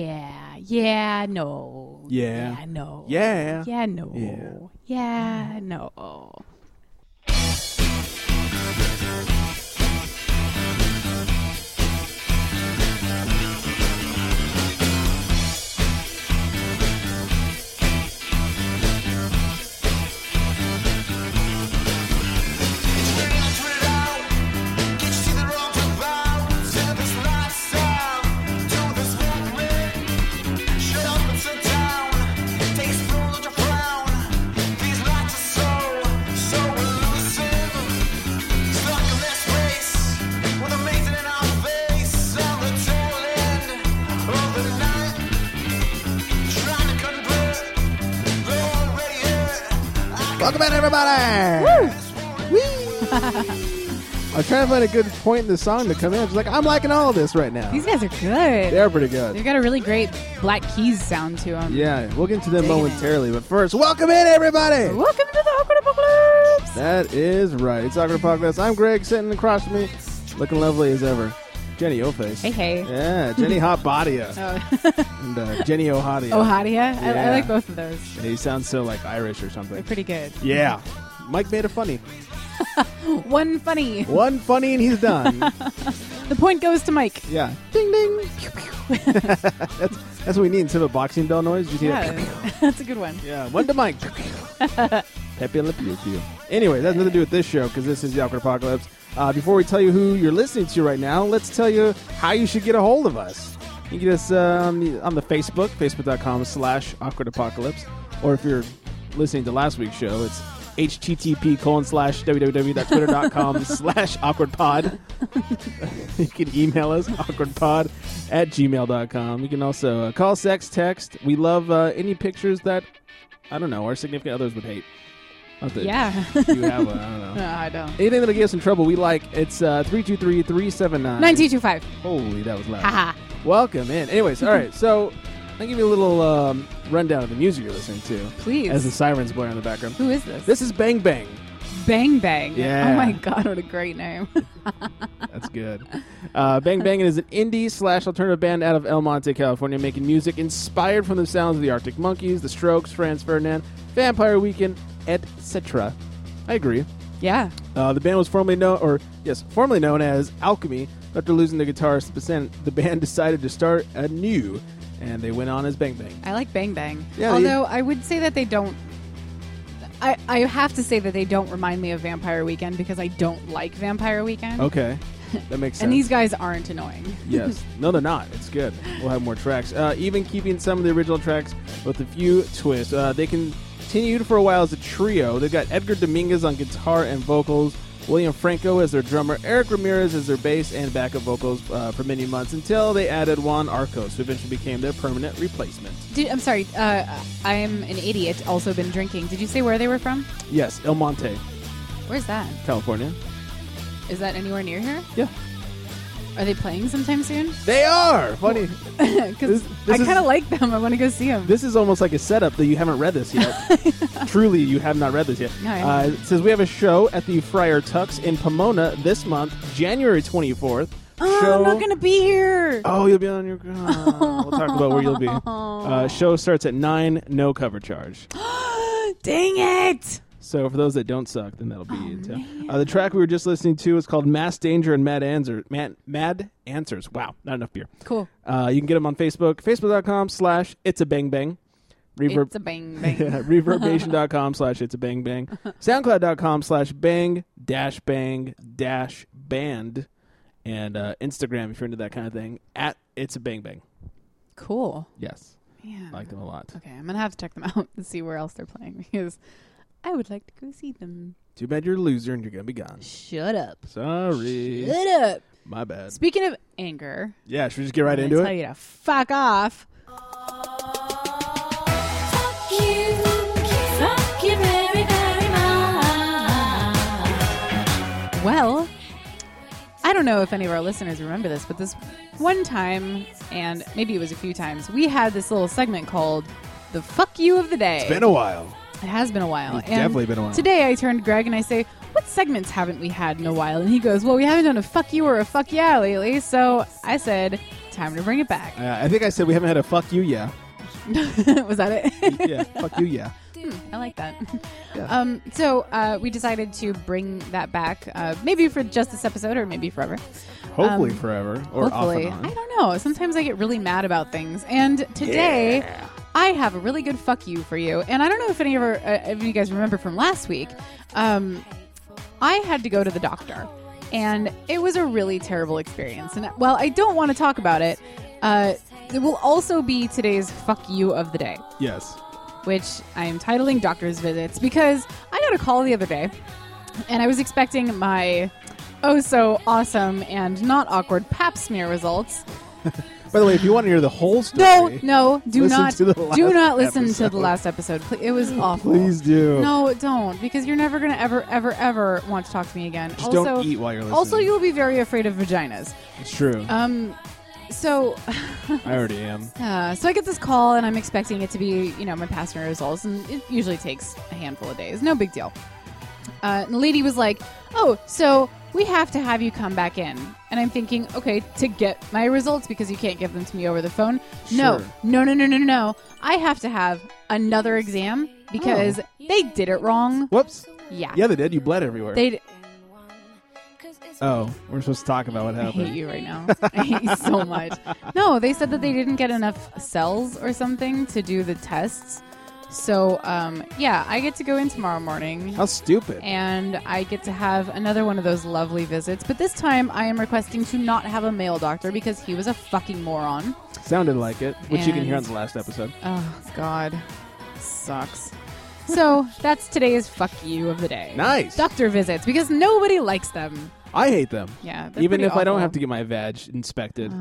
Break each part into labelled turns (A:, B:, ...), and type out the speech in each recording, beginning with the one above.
A: Yeah, yeah, no.
B: Yeah.
A: Yeah, no.
B: Yeah.
A: Yeah, no.
B: Yeah.
A: Yeah, no.
B: Welcome in, everybody. Whee! I was trying to find a good point in the song to come in. I was like, I'm liking all of this right now.
A: These guys are good.
B: They're pretty good.
A: They've got a really great Black Keys sound to them.
B: Yeah, we'll get to them
A: Digging it.
B: momentarily, but first, welcome in, everybody.
A: Welcome to the Awkward Apocalypse.
B: That is right. It's Awkward Podcast. I'm Greg, sitting across from me, looking lovely as ever. Jenny Oface.
A: Hey, hey.
B: Yeah, Jenny Hot Bodia
A: Oh,
B: and uh, Jenny Ohadia.
A: oh Hadia. I,
B: Yeah.
A: I like both of those.
B: He sounds so like Irish or
A: They're
B: something.
A: pretty good.
B: Yeah. Mike made a funny.
A: One funny.
B: One funny and he's done.
A: The point goes to Mike.
B: yeah. Ding ding. that's, that's what we need instead of a boxing bell noise. You see that?
A: Yeah, that's a good one.
B: Yeah, one to Mike. Pepe Le Pew Pew. Anyway, that has nothing to do with this show because this is the Awkward Apocalypse. Uh, before we tell you who you're listening to right now, let's tell you how you should get a hold of us. You can get us um, on the Facebook, facebook.com slash awkward apocalypse. Or if you're listening to last week's show, it's http colon slash www.twitter.com slash awkward pod. you can email us awkwardpod at gmail.com. You can also uh, call, sex, text. We love uh, any pictures that I don't know, our significant others would hate. Not that
A: Yeah.
B: You have one, I don't know.
A: no, I don't.
B: Anything that'll get us in trouble, we like. It's uh, 323-379.
A: 9225.
B: Holy, that was loud.
A: Haha.
B: Welcome in. Anyways, all right, so I'll give you a little um, rundown of the music you're listening to.
A: Please.
B: As the sirens blare in the background.
A: Who is this?
B: This is Bang Bang.
A: Bang Bang.
B: Yeah.
A: Oh my god, what a great name.
B: That's good. Uh, Bang Bang is an indie slash alternative band out of El Monte, California, making music inspired from the sounds of the Arctic Monkeys, The Strokes, Franz Ferdinand, Vampire Weekend, etc. I agree.
A: yeah.
B: Uh, the band was formerly known, or yes, formerly known as Alchemy. After losing the guitarist, the san- the band decided to start anew, and they went on as Bang Bang.
A: I like Bang Bang.
B: Yeah,
A: Although I would say that they don't I, I have to say that they don't remind me of Vampire Weekend because I don't like Vampire Weekend.
B: Okay, that makes sense.
A: And these guys aren't annoying.
B: yes, no, they're not. It's good. We'll have more tracks. Uh, even keeping some of the original tracks with a few twists, uh, they continued for a while as a trio. They've got Edgar Dominguez on guitar and vocals. William Franco as their drummer, Eric Ramirez as their bass and backup vocals uh, for many months until they added Juan Arcos, who eventually became their permanent replacement.
A: Did, I'm sorry. Uh, I'm an idiot. Also been drinking. Did you say where they were from?
B: Yes, El Monte,
A: Where's that?
B: California.
A: Is that anywhere near here?
B: Yeah.
A: Are they playing sometime soon?
B: They are funny. This-
A: Because
B: this
A: I
B: is-
A: kind of like them. I want to go see them.
B: This is almost like a setup that you haven't read this yet. Truly, you have not read this yet.
A: No, I
B: uh,
A: haven't.
B: it says we have a show at the Friar Tux in Pomona this month, January 24th.
A: oh,
B: show...
A: I'm not gonna be here.
B: Oh, you'll be on your. Oh, we'll talk about where you'll be.
A: Oh.
B: Uh, show starts at nine, no cover charge. Oh.
A: Dang it!
B: So for those that don't suck, then that'll be
A: Oh,
B: it. too. Uh, the track we were just listening to is called "Mass Danger" and "Mad Answer." Mad, Mad Answers. Wow, not enough beer.
A: Cool.
B: Uh, you can get them on Facebook, facebook.com slash it's a bang bang. Reverb,
A: It's a bang bang.
B: yeah, reverbnation.com slash it's a bang bang. Soundcloud.com slash bang dash bang dash band. And uh, Instagram, if you're into that kind of thing, at it's a bang bang.
A: Cool.
B: Yes.
A: Yeah.
B: I like them a lot.
A: okay, I'm gonna have to check them out and see where else they're playing because I would like to go see them.
B: Too bad you're a loser and you're going to be gone.
A: Shut up.
B: Sorry.
A: Shut up.
B: My bad.
A: Speaking of anger,
B: Yeah, should we just get right
A: I'm
B: into
A: gonna tell
B: it?
A: you to fuck off.
C: Fuck you, fuck you very, very much.
A: Well, I don't know if any of our listeners remember this, but this one time, and maybe it was a few times, we had this little segment called the fuck you of the day.
B: Been a while.
A: It has been a while.
B: It's
A: And
B: definitely been a while.
A: Today I turned to Greg and I say, What segments haven't we had in a while? And he goes, Well, we haven't done a fuck you or a fuck yeah lately. So I said, Time to bring it back.
B: Uh, I think I said we haven't had a fuck you yeah.
A: Was that it?
B: Yeah, fuck you yeah.
A: Hmm, I like that.
B: Yeah.
A: Um, so uh, we decided to bring that back, uh, maybe for just this episode, or maybe forever.
B: Hopefully
A: Um,
B: forever or
A: Hopefully,
B: off and
A: I
B: on.
A: don't know. Sometimes I get really mad about things, and today I have a really good fuck you for you. And I don't know if any of our, uh, if you guys remember from last week. Um, I had to go to the doctor, and it was a really terrible experience. And while I don't want to talk about it, uh, it will also be today's fuck you of the day
B: Yes.
A: which I am titling Doctor's Visits because I got a call the other day and I was expecting my oh so awesome and not awkward pap smear results.
B: By the way, if you want to hear the whole story,
A: No, no, do
B: Listen
A: not
B: to the
A: do
B: last
A: not listen to
B: episode.
A: the last episode. Ple- It was awful.
B: please do.
A: No, don't because you're never going to ever ever ever want to talk to me again.
B: Just
A: also,
B: don't eat while you're listening.
A: Also, you'll be very afraid of vaginas.
B: It's true.
A: Um so
B: I already am.
A: Uh, so I get this call, and I'm expecting it to be, you know, my past smear results, and it usually takes a handful of days. No big deal. Uh, and the lady was like, "Oh, so we have to have you come back in." And I'm thinking, okay, to get my results because you can't give them to me over the phone. No,
B: Sure.
A: no, no, no, no, no. I have to have another exam because they did it wrong.
B: Whoops.
A: Yeah,
B: Yeah, they did. You bled everywhere.
A: they. d-
B: oh, we're supposed to talk about what
A: I hate
B: happened.
A: you right now. I hate you so much. No, they said that they didn't get enough cells or something to do the tests. So, um, yeah, I get to go in tomorrow morning
B: How stupid.
A: and I get to have another one of those lovely visits. But this time I am requesting to not have a male doctor because he was a fucking moron.
B: Sounded like it, which you can hear on
A: And-
B: the last episode.
A: Oh, God. Sucks. So, that's today's fuck you of the day.
B: Nice.
A: Doctor visits because nobody likes them.
B: I hate them.
A: Yeah. they're
B: Even
A: pretty
B: if I don't
A: awful. Uh,
B: have to get my vag inspected.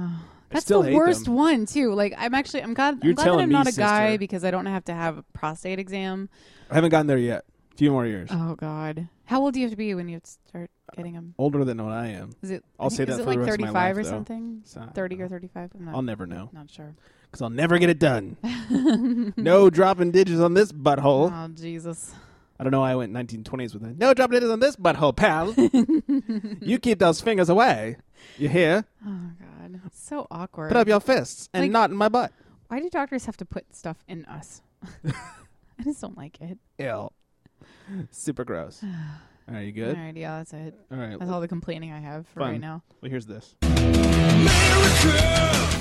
A: That's
B: still
A: the
B: hate
A: worst
B: them.
A: one too. Like I'm actually I'm glad
B: You're
A: I'm glad that
B: telling
A: I'm
B: me,
A: not a
B: sister.
A: guy because I don't have to have a prostate exam.
B: I haven't gotten there yet. A few more years.
A: Oh God, how old do you have to be when you start getting them?
B: Older than what I am.
A: Is it?
B: I'll
A: I think-
B: say that
A: is it
B: for the
A: like
B: rest of my
A: 35 or
B: life, though.
A: something?
B: So, I
A: Thirty
B: don't
A: or
B: know.
A: thirty-five? I'm not.
B: I'll never know
A: Not sure.
B: because I'll never get it done. no dropping digits on this butthole.
A: Oh Jesus.
B: I don't know why I went 1920s with it. No dropping digits on this butthole, pal. you keep those fingers away. You hear?
A: Oh God, it's so awkward.
B: Put up your fists and
A: Like-
B: not in my butt.
A: Why do doctors have to put stuff in us? I just don't like it.
B: Ill. Super gross. All right, you good?
A: All right, yeah, that's it.
B: All right.
A: That's all the complaining I have for
B: Fun.
A: right now.
B: Well, here's this.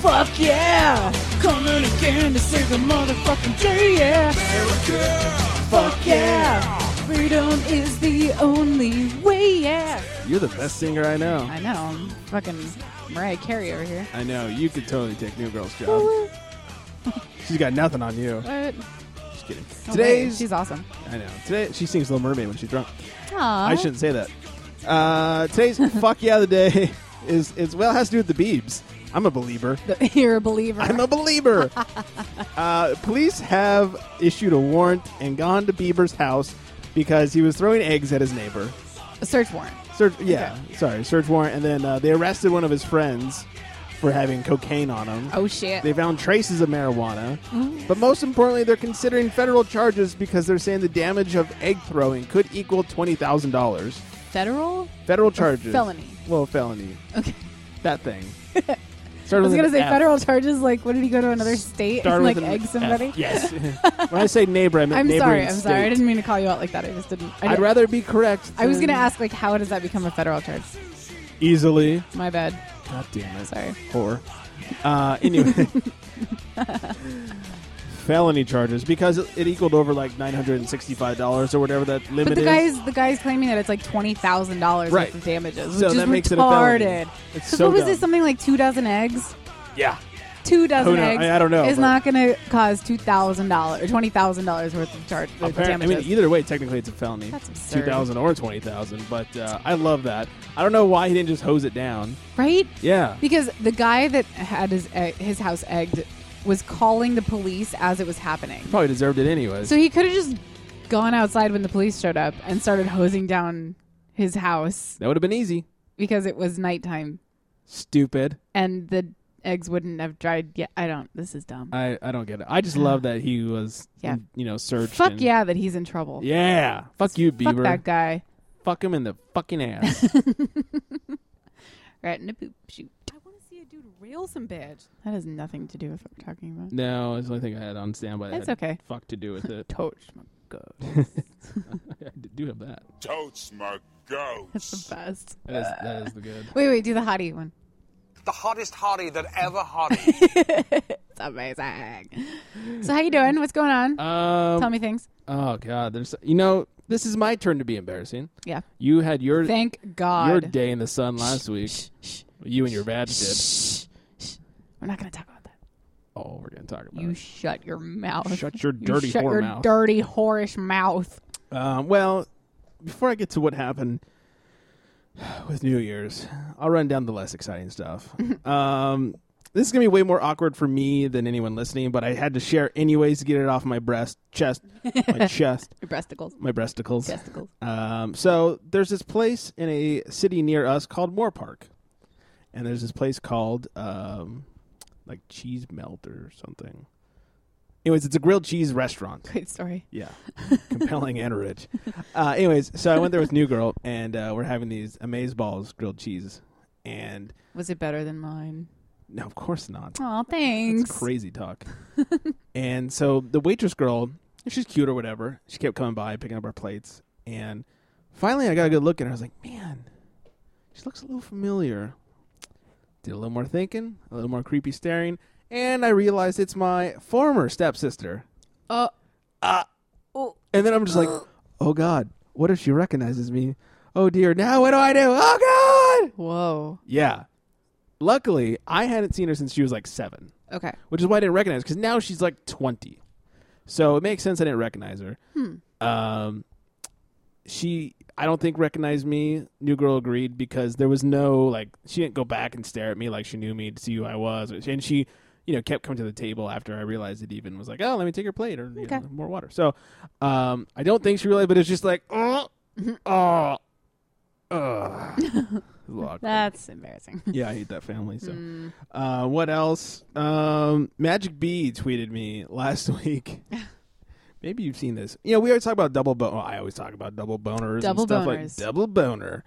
A: Fuck yeah! Coming again to save the motherfucking day, yeah! Fuck yeah! Freedom is the only way, yeah!
B: You're the best singer I know.
A: I know, I'm fucking Mariah Carey over here. Oh,
B: I know. You could totally take New Girl's job. She's got nothing on you.
A: But,
B: Just kidding.
A: oh, wait,
B: Today's.
A: she's awesome.
B: I know. Today she sings Little Mermaid when she's drunk.
A: Aww.
B: I shouldn't say that. Uh, today's fuck yeah of the day is is well has to do with the Beebs. I'm a believer.
A: You're a believer.
B: I'm a believer. uh, police have issued a warrant and gone to Bieber's house because he was throwing eggs at his neighbor.
A: A search warrant.
B: Search, yeah, sorry, search warrant, and then uh, they arrested one of his friends for having cocaine on him.
A: Oh shit.
B: They found traces of marijuana, but most importantly, they're considering federal charges because they're saying the damage of egg throwing could equal twenty thousand dollars.
A: Federal?
B: Federal charges,
A: felony.
B: well, felony,
A: Okay.
B: that thing.
A: I was gonna say federal charges, like, what did he go to another state and, like, egg somebody?
B: Yes. when I say neighbor, I mean
A: I'm sorry,
B: neighboring
A: I'm sorry. I
B: state.
A: didn't mean to call you out like that. I just didn't. I,
B: I'd
A: didn't-
B: rather be correct.
A: I was
B: than-
A: gonna ask, like, how does that become a federal charge?
B: easily.
A: My bad.
B: God damn it.
A: Sorry.
B: Whore. Uh, anyway. Felony charges because it equaled over like nine hundred and sixty-five dollars or whatever that
A: But
B: limit
A: the
B: is.
A: guy's the guy's claiming that it's like twenty thousand dollars
B: Right.
A: worth of damages, which
B: So
A: is
B: that makes it a felony.
A: retarded.
B: It's
A: 'Cause
B: so
A: what was
B: dumb.
A: it? Something like two dozen eggs.
B: yeah,
A: Two dozen
B: Who know-
A: eggs.
B: I- I don't know,
A: Is
B: but-
A: not going to cause two thousand dollars, twenty thousand dollars worth of charge of
B: Apparent- I
A: damages.
B: mean, either way, technically it's a felony.
A: That's absurd.
B: Two thousand or twenty thousand, but uh, I love that. I don't know why he didn't just hose it down.
A: right?
B: Yeah,
A: Because the guy that had his egg, his house egged was calling the police as it was happening,
B: probably deserved it anyway.
A: so he could have just gone outside when the police showed up and started hosing down his house
B: that would have been easy.
A: because it was nighttime
B: Stupid.
A: and the eggs wouldn't have dried yet. I don't. This is dumb.
B: I, I don't get it. I just love that he was
A: Yeah.
B: you know searched.
A: Fuck
B: and-
A: yeah, that he's in trouble.
B: Yeah. Fuck you,
A: Fuck
B: Bieber.
A: that guy.
B: Fuck him in the fucking ass.
A: Right in a poop shoot.
D: I want to see a dude
A: Real some bitch. That has nothing to do with what we're talking about.
B: No, it's the only thing I had on standby. that
A: It's
B: had
A: okay.
B: Fuck to do with it.
A: Toach my god.
B: I d- do have that.
D: Totes my
A: That's
D: goats.
A: the best.
B: That is, that is the good.
A: Wait, wait, do the hottie one.
E: The hottest hottie that ever hottie.
A: It's amazing. So how you doing? What's going on?
B: Um,
A: Tell me things.
B: Oh God, there's you know this is my turn to be embarrassing.
A: Yeah.
B: You had your
A: Thank
B: your
A: God.
B: day in the sun last week.
A: Shh, shh,
B: You and your badge did.
A: shh, shh. We're not going to talk about that.
B: Oh, we're gonna talk about
A: You
B: it.
A: shut your mouth.
B: Shut your
A: You
B: dirty
A: shut
B: whore
A: your
B: mouth.
A: dirty whorish mouth.
B: Um, well, before I get to what happened with New Year's, I'll run down the less exciting stuff. um, this is gonna be way more awkward for me than anyone listening, but I had to share anyways to get it off my breast, chest, my chest,
A: Your breasticles.
B: my breasticles.
A: Testicles.
B: Um, so there's this place in a city near us called Moore Park, and there's this place called um, like Cheese Melt or something. Anyways, it's a grilled cheese restaurant.
A: Great story.
B: Yeah, compelling and rich. Uh, anyways, so I went there with new girl, and uh, we're having these amaze balls grilled cheese, and
A: Was it better than mine?
B: no, of course not.
A: Aw, thanks.
B: It's crazy talk. and so the waitress girl, she's cute or whatever. She kept coming by, picking up our plates, and finally I got a good look at her. I was like, man, she looks a little familiar. Did a little more thinking, a little more creepy staring, and I realized it's my former stepsister.
A: Uh,
B: And then I'm just like, oh god, what if she recognizes me? Oh dear, now what do I do? Oh god!
A: whoa.
B: Yeah. Luckily, I hadn't seen her since she was like seven.
A: Okay.
B: which is why I didn't recognize because now she's like 20. So it makes sense I didn't recognize her. Um, she, I don't think recognized me. New girl agreed because there was no like she didn't go back and stare at me like she knew me to see who I was, and she, you know, kept coming to the table after I realized it. Even was like, oh, let me take her plate or you
A: Okay.
B: know, more water. So, um, I don't think she realized, but it's just like, oh, oh, oh.
A: That's embarrassing.
B: Yeah, I hate that family. So,
A: Mm.
B: uh, what else? Um, Magic B tweeted me last week. Maybe you've seen this. You know, we always talk about double bone. I always talk about double boners.
A: Double
B: and stuff Like
A: boners.
B: double boner.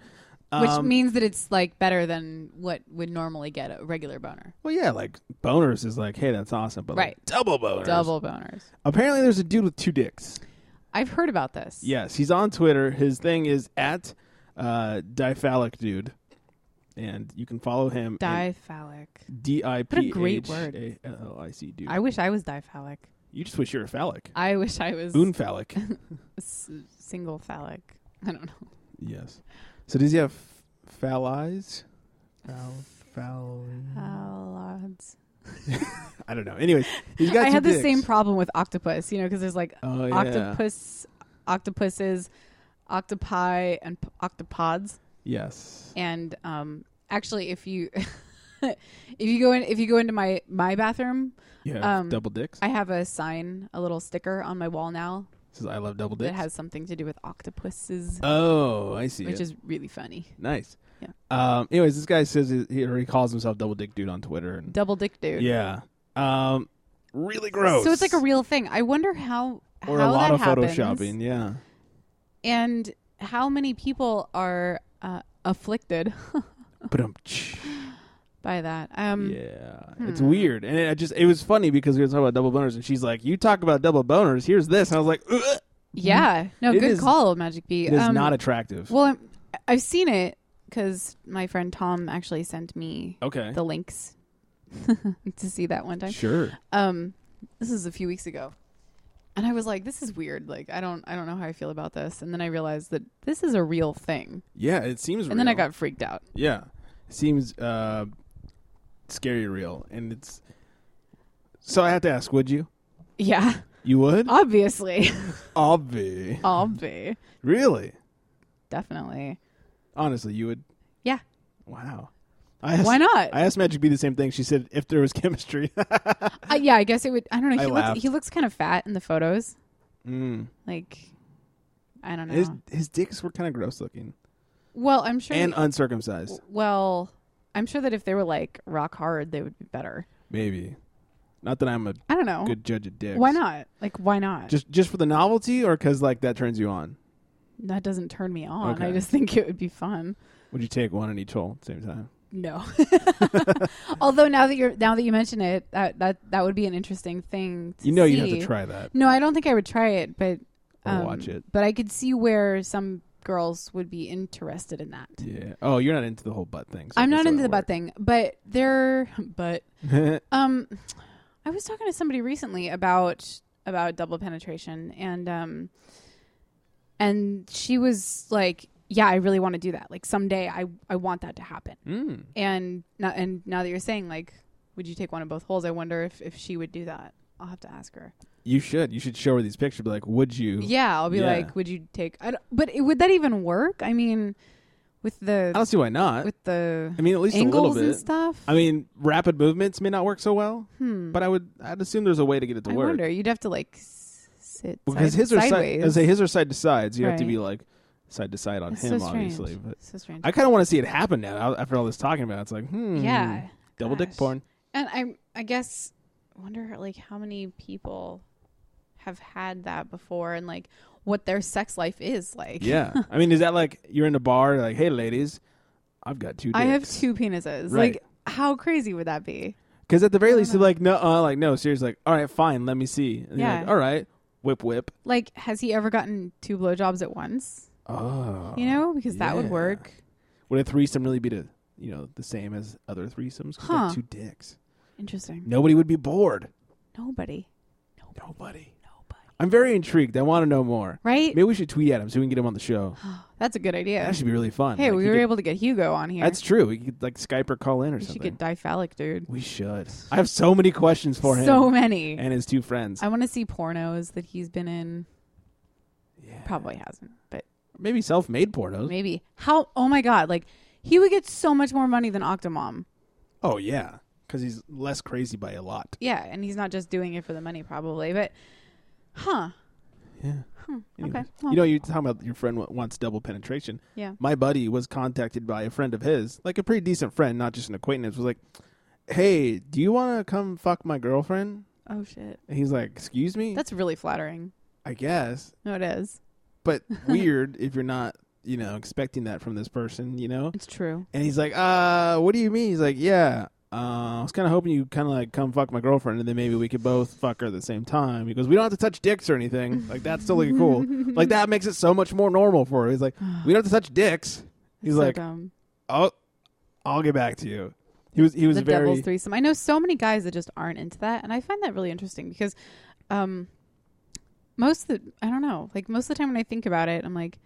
A: Which
B: Um,
A: means that it's like better than what would normally get a regular boner.
B: well, yeah, like boners is like, hey, that's awesome, but like,
A: Right.
B: double boners.
A: Double boners.
B: Apparently, there's a dude with two dicks.
A: I've heard about this.
B: Yes, he's on Twitter. His thing is at uh, diphalic dude, and you can follow him.
A: Diphalic.
B: D i
A: What a
B: p
A: great
B: h
A: word.
B: a l l i c dude.
A: I wish I was diphalic.
B: You just wish you were phallic.
A: I wish I was
B: Unphallic.
A: s- single phallic. I don't know.
B: Yes. So does he have phalleyes? Foul, foul.
A: Phallods.
B: I don't know. Anyways, he's got.
A: I
B: two
A: had the
B: dicks.
A: same problem with octopus, you know, because there's like
B: Oh yeah.
A: octopus, octopuses, octopi, and p- octopods.
B: Yes.
A: And um, actually, if you if you go in if you go into my my bathroom,
B: You have
A: um,
B: double dicks.
A: I have a sign, a little sticker on my wall now
B: It says I love double dicks.
A: that has something to do with octopuses,
B: oh, I see.
A: which
B: it.
A: is really funny.
B: nice.
A: Yeah.
B: Um. Anyways, this guy says he, he, or he calls himself double dick dude on Twitter. And,
A: Double dick dude.
B: yeah. Um. Really gross.
A: So it's like a real thing. I wonder how
B: or
A: how
B: a lot
A: that
B: of
A: happens.
B: photoshopping. Yeah.
A: and how many people are uh, afflicted
B: But
A: by that. Um,
B: Yeah, it's weird, and it I just it was funny because we were talking about double boners, and she's like, "You talk about double boners. Here's this," and I was like, "Ugh."
A: yeah. no,
B: It
A: good
B: is-
A: call, Magic B.
B: "It is
A: um,
B: not attractive."
A: well, I'm, I've seen it because my friend Tom actually sent me
B: okay,
A: the links to see that one time.
B: sure.
A: Um, this is a few weeks ago, and I was like, "This is weird. Like, I don't, I don't know how I feel about this." And then I realized that this is a real thing,
B: Yeah, it seems.
A: and then I got freaked out.
B: yeah, it seems uh, scary real, and it's. So I have to ask, would you?
A: Yeah,
B: You would?
A: Uh, obviously,
B: Obvi.
A: I'll be
B: Really?
A: definitely.
B: Honestly, you would.
A: Yeah,
B: Wow. I asked,
A: why not?
B: I asked Magic B the same thing. She said if there was chemistry.
A: Uh, yeah, I guess it would. I don't know.
B: I
A: He
B: laughed.
A: looks, he looks kind of fat in the photos.
B: Mm.
A: Like, I don't know.
B: His his dicks were kind of gross looking
A: well, I'm sure.
B: and
A: that-
B: uncircumcised.
A: well, I'm sure that if they were like rock hard, they would be better.
B: Maybe. Not that I'm a
A: I don't know.
B: good judge of dicks.
A: Oh. Why not? Like, why not?
B: Just just for the novelty, or because like that turns you on?
A: that doesn't turn me on. I
B: Okay.
A: just think it would be fun.
B: Would you take one in each hole at the same time?
A: No. Although now that you're now that you mention it, that that that would be an interesting thing. To
B: You know, you have
A: see.
B: to try that.
A: No, I don't think I would try it, but um,
B: Or watch it.
A: But I could see where some girls would be interested in that.
B: Yeah. Oh, you're not into the whole butt thing. so I
A: I'm
B: guess
A: not
B: that
A: into the
B: would
A: butt thing, but there, but
B: work.
A: um, I was talking to somebody recently about about double penetration, and um, and she was like, "Yeah, I really want to do that. Like someday, I I want that to happen."
B: Mm.
A: And now, and now that you're saying like, would you take one of both holes? I wonder if if she would do that. I'll have to ask her.
B: You should. You should show her these pictures. Be like, would you?
A: Yeah, I'll be
B: Yeah.
A: like, would you take? I don't, but it, would that even work? I mean, with the
B: I don't see why not.
A: with the
B: I mean, at least a little
A: angles
B: bit.
A: and stuff. Hmm.
B: I mean, rapid movements may not work so well, but I would. I'd assume there's a way to get it to
A: Mm. I
B: work.
A: wonder. You'd have to like s- sit
B: because
A: side-
B: his are side. I
A: sideways.
B: say his are side to sides. You have to
A: Right.
B: be like side to side on
A: That's
B: him,
A: so strange.
B: obviously. But
A: so strange.
B: I kind of want to see it happen now. After all this talking about, it. it's like, hmm,
A: yeah,
B: double dick
A: Gosh.
B: porn.
A: And I, I guess, wonder like how many people have had that before, and like what their sex life is like.
B: Yeah. I mean, is that like you're in a bar, like, hey, ladies, I've got two. Dicks.
A: I have two penises.
B: Right.
A: Like, how crazy would that be?
B: Because at the very least, they're like, no, uh, like, no, seriously, like, all right, fine, let me see. And you're
A: Yeah.
B: like, all right, whip, whip.
A: Like, has he ever gotten two blowjobs at once?
B: Oh.
A: You know, because that
B: yeah.
A: would work.
B: Would a threesome really be the, you know, the same as other threesomes? 'Cause they're
A: Huh.
B: two dicks.
A: Interesting.
B: Nobody would be bored.
A: Nobody.
B: Nobody.
A: Nobody.
B: I'm very intrigued. I want to know more.
A: Right?
B: Maybe we should tweet at him so we can get him on the show.
A: That's a good idea.
B: That should be really fun.
A: Hey,
B: Like,
A: we
B: he
A: were
B: could-
A: able to get Hugo on here.
B: That's true. We could like Skype or call in or
A: we should
B: something.
A: get diphalic, dude.
B: we should. I have so many questions for him.
A: So many.
B: and his two friends.
A: I want to see pornos that he's been in.
B: Yeah.
A: Probably hasn't, but
B: Maybe self-made pornos.
A: maybe. How? Oh my God! Like he would get so much more money than Octomom.
B: Oh yeah, because he's less crazy by a lot.
A: Yeah, and he's not just doing it for the money, probably. But, huh?
B: Yeah. Anyways.
A: well.
B: You know, you're talking about your friend wa- wants double penetration.
A: Yeah.
B: My buddy was contacted by a friend of his, like a pretty decent friend, not just an acquaintance, was like, "Hey, do you want to come fuck my girlfriend?"
A: Oh shit!
B: And he's like, "Excuse me."
A: That's really flattering.
B: I guess,
A: No, it is.
B: but weird if you're not, you know, expecting that from this person, you know.
A: It's true.
B: And he's like, "Uh, what do you mean?" He's like, "Yeah." Uh, I was kind of hoping you kind of like come fuck my girlfriend, and then maybe we could both fuck her at the same time. He goes, "We don't have to touch dicks or anything. Like that's totally cool. Like that makes it so much more normal for her." He's like, "We don't have to touch dicks." He's
A: So
B: like,
A: dumb.
B: "Oh, I'll get back to you." He was he was
A: the
B: very
A: devil's threesome. I know so many guys that just aren't into that, and I find that really interesting because, um, most of the I don't know, like most of the time when I think about it, I'm like,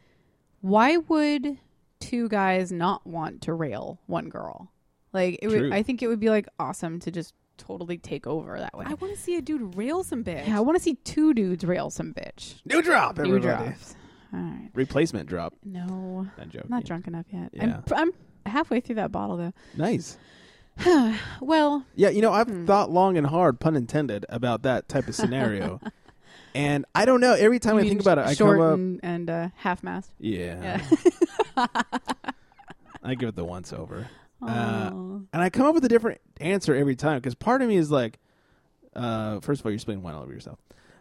A: why would two guys not want to rail one girl? Like it
B: True.
A: would, I think it would be like awesome to just totally take over that way.
D: I want to see a dude rail some bitch.
A: yeah, I want to see two dudes rail some bitch.
B: new drop.
A: New
B: Everybody.
A: drops. All right.
B: Replacement drop.
A: No,
B: Not joking.
A: I'm not drunk enough yet.
B: Yeah.
A: I'm, I'm halfway through that bottle though.
B: Nice.
A: Well,
B: Yeah, you know, I've
A: Hmm.
B: thought long and hard, pun intended, about that type of scenario. And I don't know. Every time I
A: you mean
B: think about it, I
A: short
B: come up.
A: and, and uh, half mast.
B: Yeah. I give it the once over. Uh,
A: Aw.
B: and I come up with a different answer every time because part of me is like, uh, first of all, you're spilling wine all over yourself.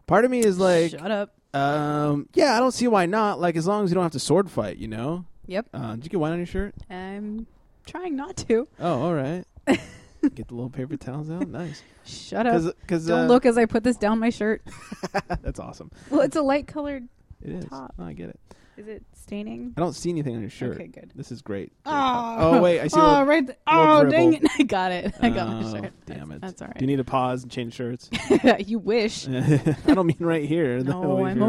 B: Part of me is like,
A: Shut up.
B: um, yeah, I don't see why not. Like, as long as you don't have to sword fight, you know?
A: Yep.
B: Uh, did you get wine on your shirt?
A: I'm trying not to.
B: Oh, all right. get the little paper towels out. Nice.
A: Shut up.
B: Because, cause,
A: Don't
B: uh,
A: look as I put this down my shirt.
B: That's awesome.
A: Well, it's a light colored.
B: It is.
A: Top.
B: No, I get it.
A: Is it staining?
B: I don't see anything on your shirt.
A: Okay, good.
B: This is great.
A: Oh,
B: Oh, wait, I see a
A: Oh,
B: little-
A: right. th-
B: little
A: oh, dang
B: dribble.
A: it! I got it. I got my
B: Oh,
A: shirt.
B: Damn
A: that's,
B: it.
A: That's all
B: Do you need to pause and change shirts?
A: right. you wish.
B: I don't mean right here. That'll
A: no,
B: leave
A: I'm
B: you-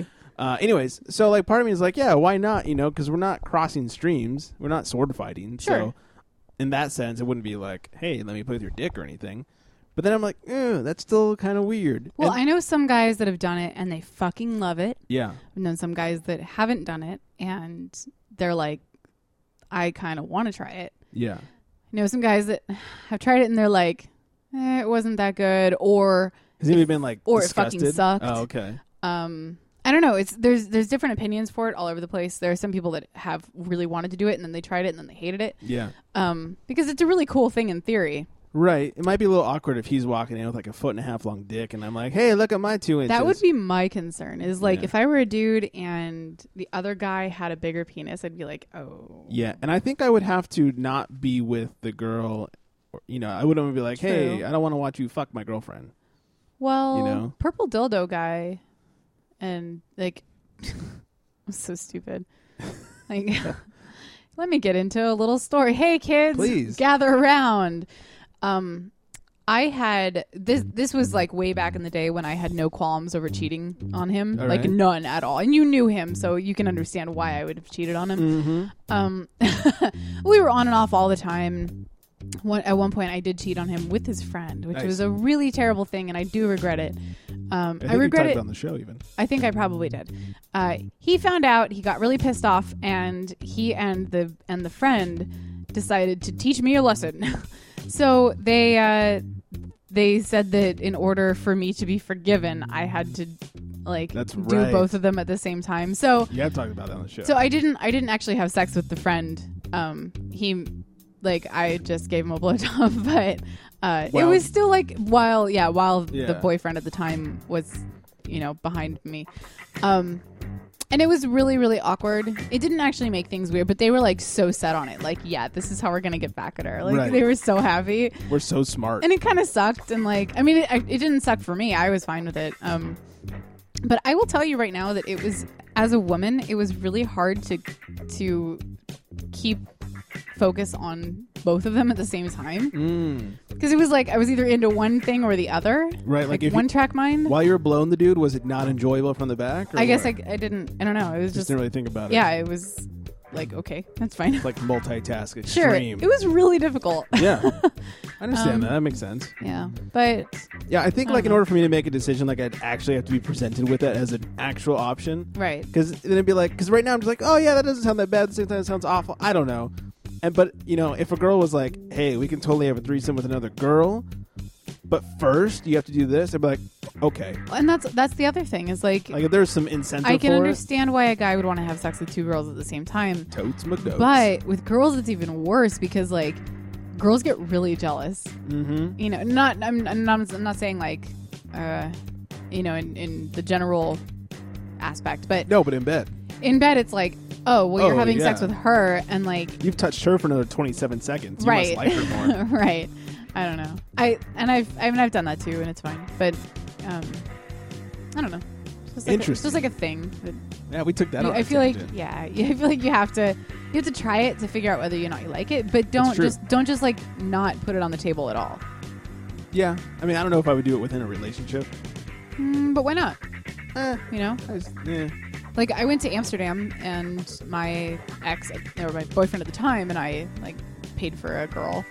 A: okay.
B: Uh, anyways, so like part of me is like, yeah, why not? You know, because we're not crossing streams, we're not sword fighting. So
A: Sure.
B: in that sense, it wouldn't be like, hey, let me play with your dick or anything. But then I'm like, eh, that's still kind of weird.
A: Well,
B: And-
A: I know some guys that have done it and they fucking love it.
B: yeah,
A: I've known some guys that haven't done it and they're like, I kind of want to try it.
B: yeah,
A: I know some guys that have tried it and they're like, eh, it wasn't that good, or
B: has anybody been like,
A: or it fucking
B: disgusted?
A: sucked.
B: Oh, okay,
A: um I don't know. It's there's there's different opinions for it all over the place. There are some people that have really wanted to do it and then they tried it and then they hated it.
B: yeah,
A: Um because it's a really cool thing in theory.
B: Right. It might be a little awkward if he's walking in with like a foot and a half long dick, and I'm like, "Hey, look at my two inches."
A: That would be my concern. Is like
B: Yeah.
A: if I were a dude and the other guy had a bigger penis, I'd be like, oh,
B: Yeah, and I think I would have to not be with the girl. or- You know, I wouldn't be like, "Hey,
A: True.
B: I don't want to watch you fuck my girlfriend."
A: well,
B: You know?
A: purple dildo guy, and like, I'm so stupid. Like, let me get into a little story. Hey, kids,
B: Please.
A: gather around. Um, I had this. This was like way back in the day when I had no qualms over cheating on him,
B: All
A: like
B: right.
A: none at all. And you knew him, so you can understand why I would have cheated on him. um, we were on and off all the time. One, at one point, I did cheat on him with his friend, which
B: Nice.
A: was a really terrible thing, and I do regret it. Um,
B: I,
A: I,
B: think we
A: regret
B: talked
A: it.
B: on the show even.
A: I think I probably did. Uh, he found out. He got really pissed off, and he and the and the friend decided to teach me a lesson. so they uh, they said that in order for me to be forgiven, I had to like
B: That's
A: do
B: right.
A: both of them at the same time. So
B: You have talked about that on the show.
A: so I didn't I didn't actually have sex with the friend. Um he like I just gave him a blowjob, but uh
B: Well-
A: it was still like while yeah, while
B: Yeah.
A: the boyfriend at the time was, you know, behind me. Um and it was really, really awkward. It didn't actually make things weird, but they were like so set on it. Like, yeah, this is how we're gonna get back at her. Like,
B: Right.
A: they were so happy,
B: We're so smart.
A: and it kind of sucked. And like, I mean, it, it didn't suck for me. I was fine with it. Um, but I will tell you right now that it was, as a woman, it was really hard to to keep focus on both of them at the same time
B: Mm.
A: because it was like I was either into one thing or the other.
B: Right, like
A: Like,
B: if you-
A: one track mind.
B: While you were blowing the dude, was it not enjoyable from the back? Or
A: I guess I,
B: what?
A: I didn't. I don't know. It was
B: just
A: just,
B: didn't really think about it.
A: yeah. It was like okay, that's fine.
B: It's like multitask
A: Sure, Um,
B: extreme.
A: it was really difficult.
B: yeah, I understand that. That makes sense.
A: yeah, but
B: Yeah, I think
A: I
B: like
A: don't
B: in
A: know.
B: order for me to make a decision, like I'd actually have to be presented with that as an actual option.
A: right.
B: Because then it'd be like, because right now I'm just like, oh yeah, that doesn't sound that bad. At the same time, it sounds awful. I don't know. And but you know, if a girl was like, hey, we can totally have a threesome with another girl, but first you have to do this, I'd be like, okay.
A: And that's that's the other thing is like
B: Like if there's some incentive
A: I can
B: for
A: understand why a guy would want to have sex with two girls at the same time.
B: it, totes my goats.
A: But with girls, it's even worse because like girls get really jealous.
B: mm-hmm.
A: You know, not I'm, I'm not I'm not saying like, uh, you know, in, in the general aspect, but
B: no, but in bed,
A: in bed, it's like, oh, well, you're
B: Oh,
A: having
B: yeah.
A: sex with her, and like,
B: you've touched her for another 27 seconds. You
A: right,
B: must like her more.
A: right. I don't know. I and I've I mean I've done that too, and it's fine. But um, I don't know. It's Just like A, it's
B: Interesting.
A: just like a thing that
B: yeah, we took that. on
A: I
B: a
A: feel like
B: tangent.
A: yeah, I feel like you have to you have to try it to figure out whether or not you like it, but don't
B: true.
A: just don't just like not put it on the table at all.
B: yeah. I mean, I don't know if I would do it within a relationship.
A: Mm, but why not?
B: Eh,
A: You know,
B: I just, eh.
A: like I went to Amsterdam and my ex or my boyfriend at the time and I like paid for a girl,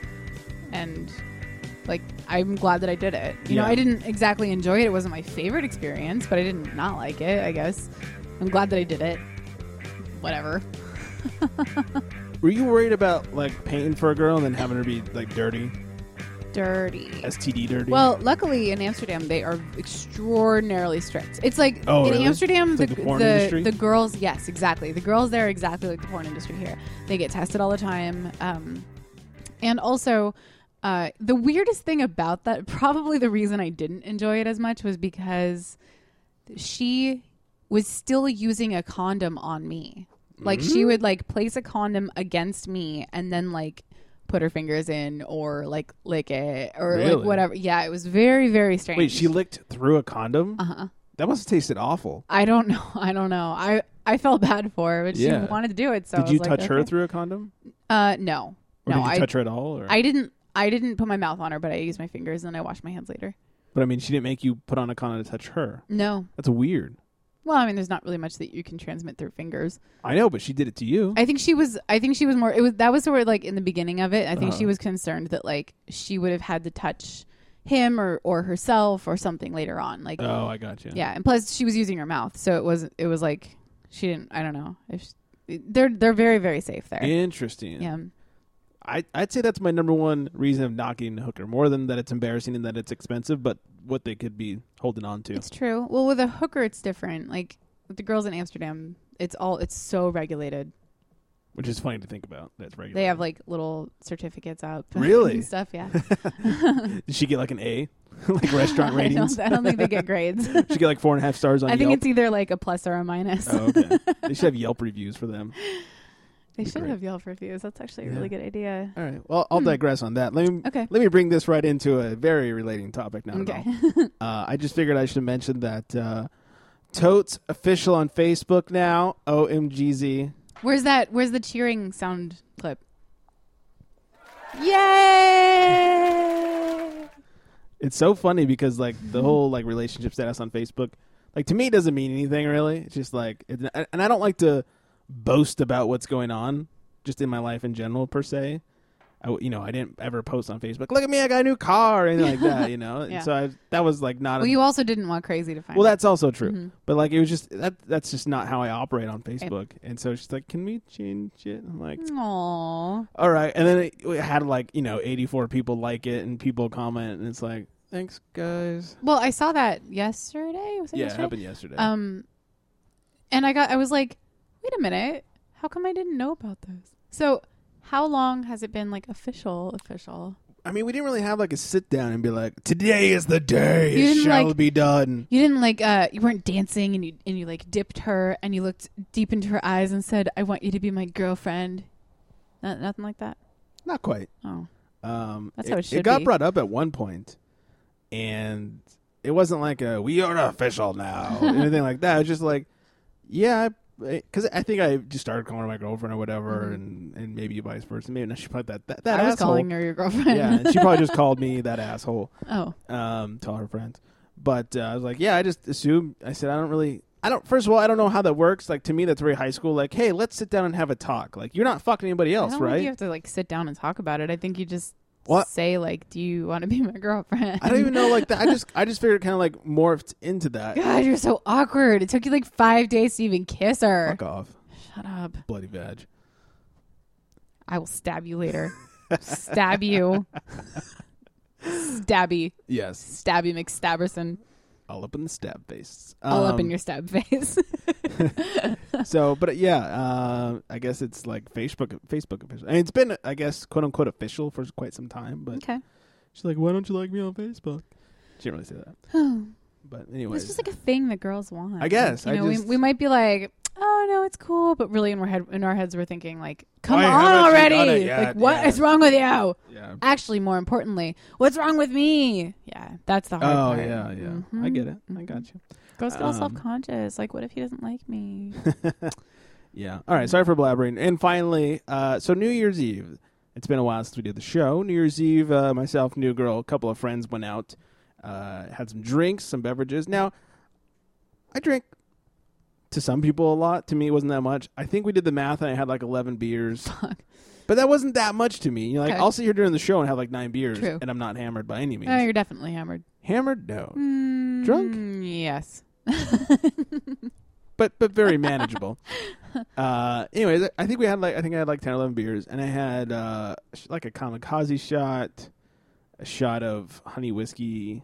A: and like I'm glad that I did it. You know,
B: Yeah.
A: I didn't exactly enjoy it. It wasn't my favorite experience, but I didn't not like it. I guess I'm glad that I did it. Whatever.
B: Were you worried about like paying for a girl and then having her be like dirty,
A: Dirty.
B: STD dirty?
A: Well, luckily in Amsterdam they are extraordinarily strict. It's like
B: Oh,
A: in
B: really?
A: Amsterdam
B: It's
A: the
B: like the porn
A: the,
B: industry?
A: the girls yes exactly the girls there are exactly like the porn industry here. They get tested all the time, um, and also. Uh, the weirdest thing about that, probably the reason I didn't enjoy it as much, was because she was still using a condom on me. Like she
B: Mm.
A: would like place a condom against me and then like put her fingers in or like lick it or
B: Really?
A: like whatever. Yeah, it was very very strange.
B: Wait, she licked through a condom?
A: Uh-huh.
B: That must have tasted awful.
A: I don't know. I don't know. I I felt bad for her, but
B: Yeah.
A: she wanted to do it. So I
B: Did you
A: was
B: touch
A: like,
B: her
A: okay.
B: through a condom?
A: Uh, no,
B: Or
A: no.
B: did you
A: I
B: touch her at all? Or?
A: I didn't. I didn't put my mouth on her, but I used my fingers and then I washed my hands later.
B: but I mean, she didn't make you put on a condom to touch her.
A: No.
B: That's weird.
A: Well, I mean, there's not really much that you can transmit through fingers.
B: I know, but she did it to you.
A: I think she was. I think she was more. It was that was sort of like in the beginning of it. I think
B: Uh-huh.
A: she was concerned that like she would have had to touch him or or herself or something later on. Like
B: oh, I got you.
A: yeah, and plus she was using her mouth, so it was it was like she didn't. I don't know. If she, they're they're very very safe there.
B: Interesting.
A: Yeah.
B: I, I'd say that's my number one reason of not getting a hooker, more than that it's embarrassing and that it's expensive, but what they could be holding on to.
A: it's true. Well, with a hooker, it's different. Like with the girls in Amsterdam, it's all it's so regulated.
B: which is funny to think about. That's regular.
A: They have like little certificates up.
B: Really?
A: and stuff, yeah.
B: Did she get like an A, like restaurant
A: I,
B: ratings?
A: don't, I don't think they get grades.
B: Did she get like four and a half stars on
A: I think
B: Yelp?
A: it's either like a plus or a minus.
B: oh, okay. They should have Yelp reviews for them.
A: they should
B: great.
A: have Yelp reviews. That's actually a really
B: Yeah.
A: good idea.
B: All right. Well,
A: Hmm.
B: I'll digress on that. Let me
A: Okay.
B: let me bring this right into a very relating topic now.
A: Okay.
B: Uh, I just figured I should mention that uh, Totes official on Facebook now. OMGZ.
A: Where's that? Where's the cheering sound clip? Yay!
B: It's so funny because like the
A: Mm-hmm.
B: whole like relationship status on Facebook, like to me it doesn't mean anything really. It's just like, it, and I don't like to boast about what's going on just in my life in general per se. I, w- you know, I didn't ever post on Facebook. Look at me, I got a new car or anything like that. You know, And
A: Yeah.
B: so I, that was like not.
A: Well,
B: a,
A: you also didn't want crazy to find. Mm-hmm.
B: Well,
A: out.
B: that's also true. But like, it was just that. That's just not how I operate on Facebook. And so she's like, "Can we change it?" I'm like,
A: Mm. Aw.
B: "All right." And then it, it had like you know, 84 people like it and people comment, and it's like, "Thanks, guys."
A: Well, I saw that yesterday. Was it
B: yeah, it
A: yesterday?
B: happened yesterday.
A: Um, and I got. I was like, wait a minute. How come I didn't know about this? So, how long has it been like official? Official?
B: I mean, we didn't really have like a sit down and be like, "Today is the day;
A: You
B: it
A: didn't,
B: shall
A: like-
B: be done."
A: You didn't like. Uh, you weren't dancing, and you and you like dipped her, and you looked deep into her eyes and said, "I want you to be my girlfriend." No- nothing like that.
B: Not quite.
A: Oh.
B: Um,
A: That's how it should
B: It got
A: be.
B: brought up at one point, and it wasn't like a "we are official now" or anything like that. It was just like, yeah, because I think I just started calling her my girlfriend or whatever, and and maybe vice versa. Maybe not. She probably that that, that
A: Mm-hmm. I was
B: asshole.
A: calling her your girlfriend.
B: yeah, and she probably just called me that asshole.
A: oh,
B: um, to all her friends. But uh, I was like, yeah, I just assume. I said, I don't really. I don't. First of all, I don't know how that works. Like to me, that's very high school. Like, hey, let's sit down and have a talk. Like, you're not fucking anybody
A: I
B: else,
A: don't
B: right?
A: think you have to like sit down and talk about it. I think you just
B: What?
A: say like, "Do you want to be my girlfriend?"
B: I don't even know. Like that. I just, I just figured it kind of like morphed into that.
A: God, you're so awkward. It took you like five days to even kiss her.
B: Fuck off,
A: Shut up.
B: bloody vag.
A: I will stab you later. stab you. Stabby.
B: Yes,
A: Stabby McStabberson.
B: all up in the stab face.
A: All up in
B: Um,
A: your stab face.
B: so, but yeah, uh, I guess it's like Facebook, Facebook official. I mean, it's been, I guess, quote unquote, official for quite some time. But
A: okay.
B: she's like, why don't you like me on Facebook? She didn't really say that. But anyway,
A: It's just like a thing that girls want.
B: I guess.
A: Like,
B: I
A: you know,
B: just-
A: we, we might be like, oh, no, it's cool. But really, in our, head, in our heads, we're thinking, like, come
B: Why
A: on
B: haven't you done
A: already.
B: it yet?
A: Like, what
B: Yeah.
A: is wrong with you?
B: yeah,
A: Actually, more importantly, what's wrong with me? Yeah, that's the hard
B: Oh
A: part. Mm-hmm.
B: yeah, yeah. I get it. I got you.
A: Girls get all
B: Um,
A: self conscious. Like, what if he doesn't like me?
B: Yeah. All right. Sorry for blabbering. And finally, uh, so New Year's Eve. It's been a while since we did the show. New Year's Eve, uh, myself, new girl, a couple of friends went out, uh, had some drinks, some beverages. Now, I drink to some people a lot. To me, it wasn't that much. I think we did the math, and I had like eleven beers.
A: Fuck.
B: But that wasn't that much to me. You know, like
A: Okay.
B: I'll sit here during the show and have like nine beers,
A: True.
B: and I'm not hammered by any means.
A: Oh, you're definitely hammered.
B: hammered? No. Drunk?
A: Drunk? Yes.
B: but but very manageable. uh, anyways, I think we had like I think I had like 10 11 beers, and I had uh, sh- like a kamikaze shot, a shot of honey whiskey,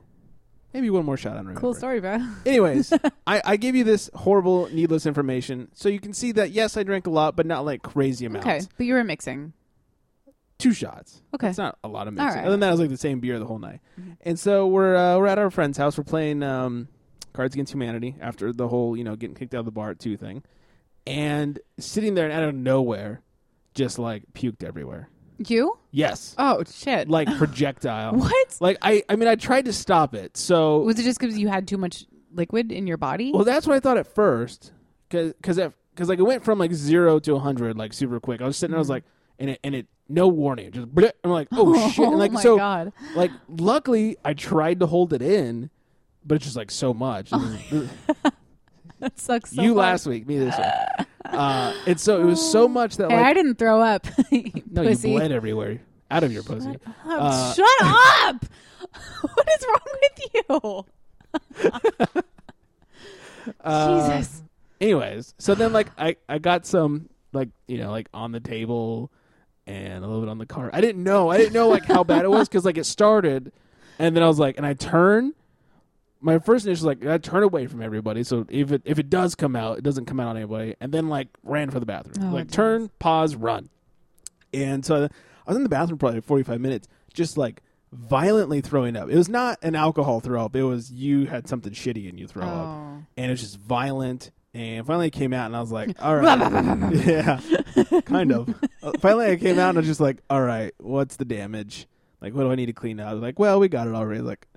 B: maybe one more shot. I don't remember.
A: Cool story, bro.
B: Anyways, I, I give you this horrible, needless information, so you can see that yes, I drank a lot, but not like crazy amounts.
A: Okay, but you were mixing.
B: Two shots.
A: Okay.
B: It's not a lot of mixing.
A: right. Mm-hmm.
B: Other than that, it was like the same beer the whole night. And so we're uh, we're at our friend's house. We're playing um, Cards Against Humanity after the whole you know getting kicked out of the bar at two thing, and sitting there and out of nowhere, just like puked everywhere.
A: You?
B: Yes,
A: Oh shit!
B: like projectile.
A: what?
B: Like I I mean I tried to stop it. So
A: Was it just because you had too much liquid in your body?
B: oh. well that's what I thought at first because because like it went from like zero to hundred like super quick. I was sitting there,
A: Mm-hmm.
B: I was like and it and it no warning just bleh, I'm like oh shit and like
A: my
B: so
A: god!
B: like luckily I tried to hold it in, but it's just like so much.
A: That sucks. Oh, So
B: you
A: much. Oh.
B: last week, me this week. Uh, and so it was so much that
A: Hey, I
B: like
A: didn't throw up.
B: no,
A: Pussy.
B: you bled everywhere out of your pussy.
A: Um,
B: Uh,
A: Shut up! what is wrong
B: Uh,
A: with you? Jesus.
B: Anyways, so then like I I got some like you know like on the table and a little bit on the car. I didn't know I didn't know like how bad it was because like it started, and then I was like and I turn. my first initial was like I turn away from everybody. So if it if it does come out, it doesn't come out on anybody. And then like ran for the bathroom,
A: Oh,
B: like
A: geez.
B: turn, pause, run. And so I was in the bathroom probably forty five minutes, just like violently throwing up. It was not an alcohol throw up. It was you had something shitty and you throw
A: Oh.
B: up, and it was just violent. And finally, it came out, and I was like, "All right, yeah, kind of." Uh, finally, I came out, and I was just like, "All right, what's the damage? Like, what do I need to clean out?" Like, well, we got it already. Like,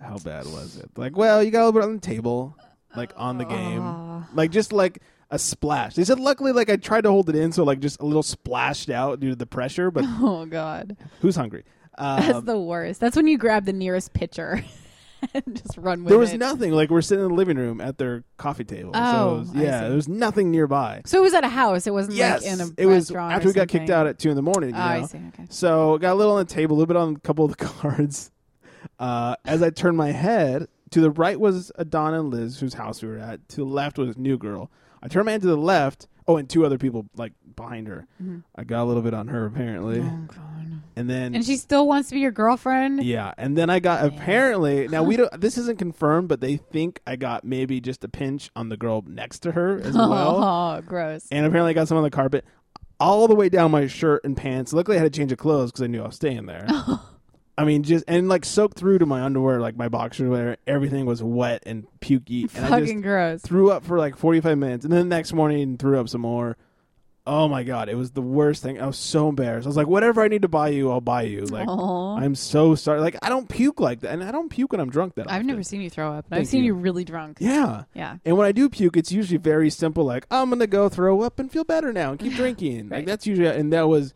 B: how bad was it? Like, well, you got a little bit on the table, like on the game, like just like a splash. They said luckily, like I tried to hold it in, so like just a little splashed out due to the pressure. But
A: Oh God,
B: who's hungry?
A: that's
B: Um,
A: the worst. That's when you grab the nearest pitcher and just run with
B: there was
A: it.
B: nothing. Like we're sitting in the living room at their coffee table. so
A: Oh,
B: it was-
A: I
B: yeah,
A: see.
B: there was nothing nearby.
A: so it was at a house. It wasn't
B: Yes,
A: like in a
B: it was
A: restaurant
B: after
A: or
B: we got kicked
A: something.
B: out at two in the morning. You
A: Oh, I
B: know?
A: see. Okay.
B: So got a little on the table, a little bit on a couple of the cards. Uh, as I turned my head, to the right was Adana and Liz, whose house we were at. To the left was New Girl. I turned my head to the left. Oh, and two other people like behind her.
A: Mm-hmm.
B: I got a little bit on her apparently,
A: Oh God.
B: and then
A: And she still wants to be your girlfriend.
B: Mm. yeah, and then I got apparently now we don't. This isn't confirmed, but they think I got maybe just a pinch on the girl next to her as well
A: Oh, gross.
B: and apparently I got some on the carpet all the way down my shirt and pants. Luckily, I had to change of clothes because I knew I was staying there. I mean, just and like soaked through to my underwear, like my boxer wear. Everything was wet and pukey, and I
A: Fucking
B: just
A: gross.
B: threw up for like forty five minutes, and then the next morning threw up some more. Oh my god, it was the worst thing. I was so embarrassed. I was like, whatever I need to buy you, I'll buy you. Like,
A: Aw.
B: I'm so sorry. Like, I don't puke like that, and I don't puke when I'm drunk. That
A: I've
B: often.
A: never seen you throw up. and
B: Thank
A: I've seen
B: you.
A: you. really drunk.
B: Yeah.
A: Yeah.
B: And when I do puke, it's usually very simple, like I'm gonna go throw up and feel better now and keep drinking. Like
A: Right.
B: that's usually. And that was,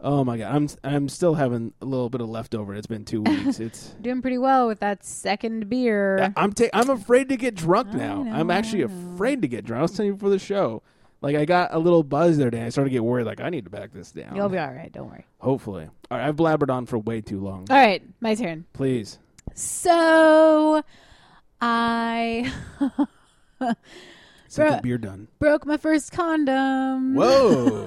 B: oh my god, I'm I'm still having a little bit of leftover. It's been two weeks. It's
A: Doing pretty well with that second beer.
B: I'm ta- I'm afraid to get drunk
A: I
B: now.
A: know,
B: I'm actually
A: I know.
B: afraid to get drunk. I was telling you before the show, like I got a little buzz there, and I started to get worried. Like I need to back this down.
A: You'll be all Uh, right. Don't worry.
B: Hopefully, all right. I've blabbered on for way too long.
A: All right, my turn.
B: Please,
A: So I
B: it's like
A: Bro-
B: a beer done.
A: broke my first condom.
B: Whoa!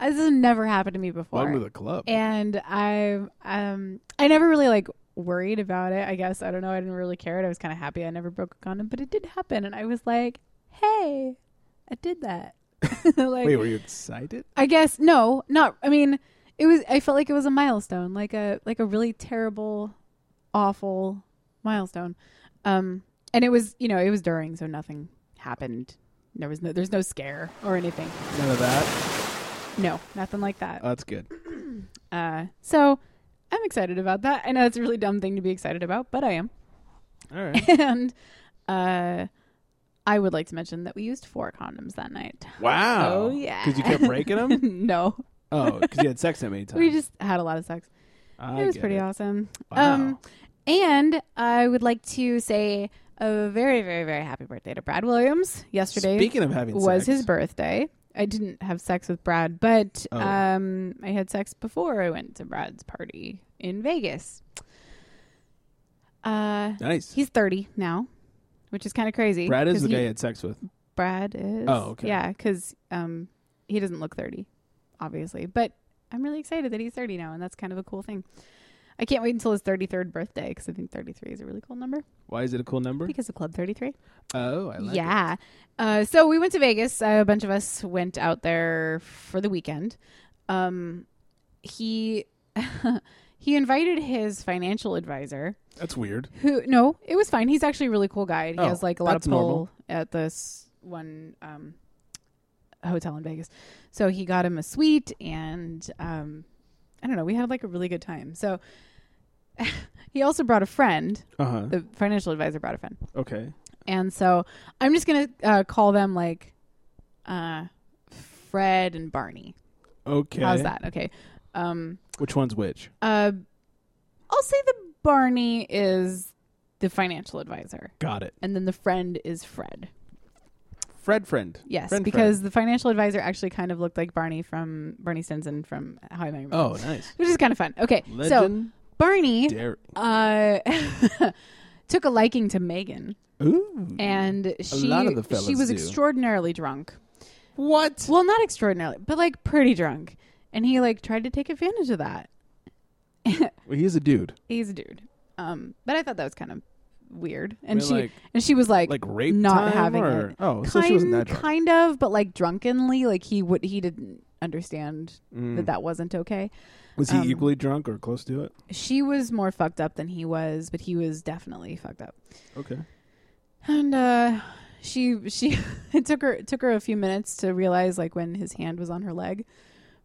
A: This has never happened to me before.
B: Welcome to the club.
A: and I um I never really like worried about it. I guess I don't know. I didn't really care. I was kind of happy I never broke a condom, but it did happen, and I was like, "Hey, I did that." like,
B: Wait, were you excited?
A: I guess no, not. I mean, it was. I felt like it was a milestone, like a like a really terrible, awful milestone. Um, and it was, you know, it was during, so nothing happened. There was no, there's no scare or anything.
B: None of that.
A: No, nothing like that.
B: Oh, that's good.
A: Uh, so I'm excited about that. I know it's a really dumb thing to be excited about, but I am.
B: All right.
A: And uh, I would like to mention that we used four condoms that night.
B: Wow.
A: Oh, yeah.
B: Because you kept breaking them.
A: no,
B: oh, because you had sex that many times.
A: we just had a lot of sex.
B: I
A: it was
B: get
A: pretty awesome. Um,
B: Wow.
A: and I would like to say a very, very, very happy birthday to Brad Williams. Yesterday
B: Speaking of having
A: was
B: sex,
A: his birthday. I didn't have sex with Brad, but
B: Oh.
A: um, I had sex before I went to Brad's party in Vegas. Uh,
B: nice.
A: he's 30 now, which is kind of crazy.
B: Brad is
A: 'cause
B: the
A: he-
B: guy you had sex with.
A: Brad is.
B: Oh, okay.
A: Yeah, because um, he doesn't look 30, obviously. But I'm really excited that he's 30 now, and that's kind of a cool thing. I can't wait until his 33rd birthday because I think 33 is a really cool number
B: Why is it a cool number?
A: because of Club 33.
B: Oh, I like it.
A: yeah. Uh, so we went to Vegas. Uh, a bunch of us went out there for the weekend. Um, he he invited his financial advisor,
B: That's weird.
A: who no, it was fine. He's actually a really cool guy. He
B: Oh,
A: has like a lot of
B: that's
A: pull
B: normal.
A: at this one um, hotel in Vegas. So he got him a suite, and um, I don't know. We had like a really good time. So he also brought a friend.
B: Uh huh.
A: The financial advisor brought a friend,
B: Okay.
A: and so I'm just gonna uh, call them like uh, Fred and Barney.
B: Okay.
A: How's that? Okay. Um,
B: Which one's which?
A: uh, I'll say the Barney is the financial advisor,
B: Got it.
A: and then the friend is Fred.
B: Fred, friend.
A: Yes,
B: Friend,
A: because
B: friend.
A: the financial advisor actually kind of looked like Barney from Barney Stinson from How I Met Your Mother,
B: Oh, nice.
A: which is kind of fun. Okay,
B: Legend.
A: so Barney
B: Dairy.
A: uh, took a liking to Megan,
B: Ooh.
A: and she
B: Mm. lot of the fellas
A: she was
B: do.
A: extraordinarily drunk.
B: What?
A: Well, not extraordinarily, but like pretty drunk, and he like tried to take advantage of that.
B: Well, he's a dude.
A: He's a dude. Um, but I thought that was kind of weird. And
B: Wait,
A: she
B: like-
A: and she was like,
B: like rape
A: not
B: time,
A: having
B: or-
A: it.
B: oh,
A: kind,
B: so she wasn't that drunk.
A: kind of, but like drunkenly, like he would he didn't understand that um, that wasn't okay.
B: Mm. Was he equally drunk or close to it?
A: She was more fucked up than he was, but he was definitely fucked up.
B: Okay.
A: And uh, she she it took her it took her a few minutes to realize like when his hand was on her leg,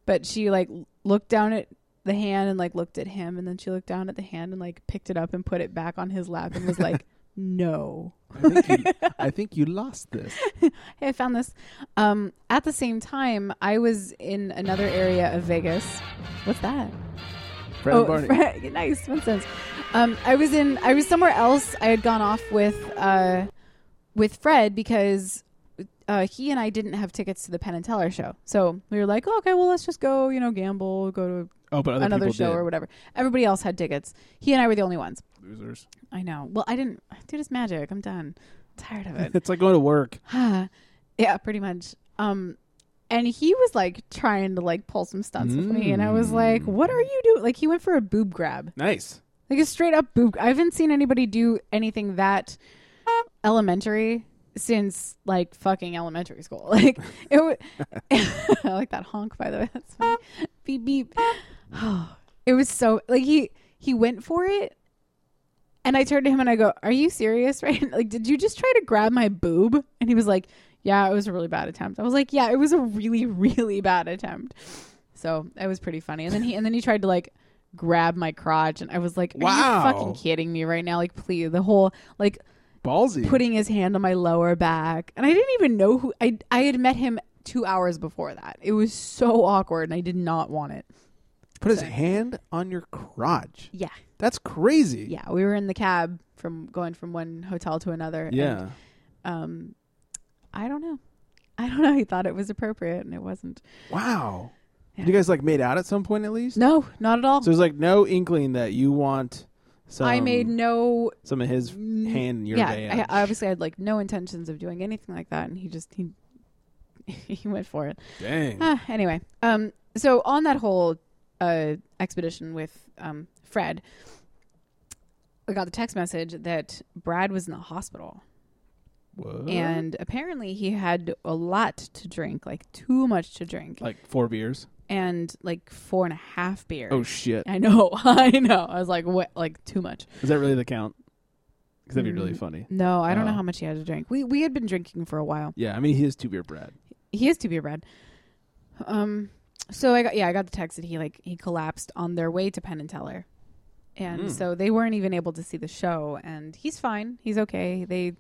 A: but she like looked down at the hand and like looked at him, and then she looked down at the hand and like picked it up and put it back on his lap and was like, "No,
B: I think, you, I think you lost this.
A: hey, I found this." Um, at the same time, I was in another area of Vegas. What's that?
B: Fred and Barney.
A: Fred- Oh, nice. One sense. Um, I was in. I was somewhere else. I had gone off with uh, with Fred because uh, he and I didn't have tickets to the Penn and Teller show. So we were like, oh, okay, well, let's just go. You know, gamble, go to
B: oh, but other
A: another
B: people
A: show
B: did.
A: or whatever. Everybody else had tickets. He and I were the only ones.
B: Losers.
A: I know. Well, I didn't. Dude, it's magic. I'm done. tired of it.
B: It's like going to work.
A: Ah, yeah, pretty much. Um, and he was like trying to like pull some stunts with me, and I was
B: Mm.
A: like, "What are you doing?" Like he went for a boob grab.
B: Nice.
A: Like a straight up boob. I haven't seen anybody do anything that elementary since like fucking elementary school. Like it. W- I like that honk by the way. That's funny. beep beep. it was so like he he went for it, and I turned to him and I go, "Are you serious? Right? Like did you just try to grab my boob?" And he was like, "Yeah, it was a really bad attempt." I was like, "Yeah, it was a really really bad attempt." So that was pretty funny. And then he and then he tried to like grab my crotch and I was like, Are
B: Wow.
A: you fucking kidding me right now? Like please the whole like
B: Ballsy.
A: putting his hand on my lower back. And I didn't even know who I I had met him two hours before that. It was so awkward and I did not want it.
B: Put his hand on your crotch.
A: Yeah.
B: That's crazy.
A: Yeah. We were in the cab from going from one hotel to another. and,
B: Yeah.
A: um I don't know. I don't know. He thought it was appropriate and it wasn't.
B: Wow. You guys like made out at some point at least?
A: No, not at all.
B: So there's like no inkling that you want some
A: I made no
B: some of his hand in your
A: yeah,
B: band.
A: I, I obviously had like no intentions of doing anything like that, and he just he he went for it.
B: Dang.
A: Ah, anyway, um, so on that whole uh expedition with um Fred, I got the text message that Brad was in the hospital,
B: What?
A: and apparently he had a lot to drink, like too much to drink,
B: like four beers.
A: and like four and a half beers.
B: Oh shit.
A: I know, I know. I was like, what? Like too much.
B: Is that really the count? Because that'd be
A: Mm-hmm.
B: really funny.
A: No, I don't know
B: Oh.
A: how much he had to drink. We we had been drinking for a while.
B: Yeah, I mean he is two beer Brad.
A: he is to be read. Um, so I got yeah, I got the text that he like he collapsed on their way to Penn and Teller, and
B: Hmm.
A: so they weren't even able to see the show. And he's fine, he's okay. They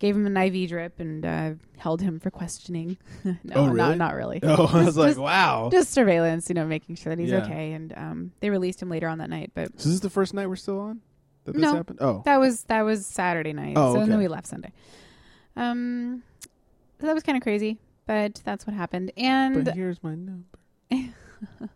A: gave him an IV drip and uh, held him for questioning. no,
B: Oh, really?
A: not not really.
B: Oh, I was like,
A: just-
B: wow.
A: Just surveillance, you know, making sure that he's
B: Yeah.
A: okay. And um, they released him later on that night, but
B: so this is the first night we're still on that this
A: No.
B: happened. Oh,
A: that was that was Saturday night.
B: Oh,
A: so then
B: okay.
A: we left Sunday. Um, so that was kind of crazy, but that's what happened. And
B: but here's my number.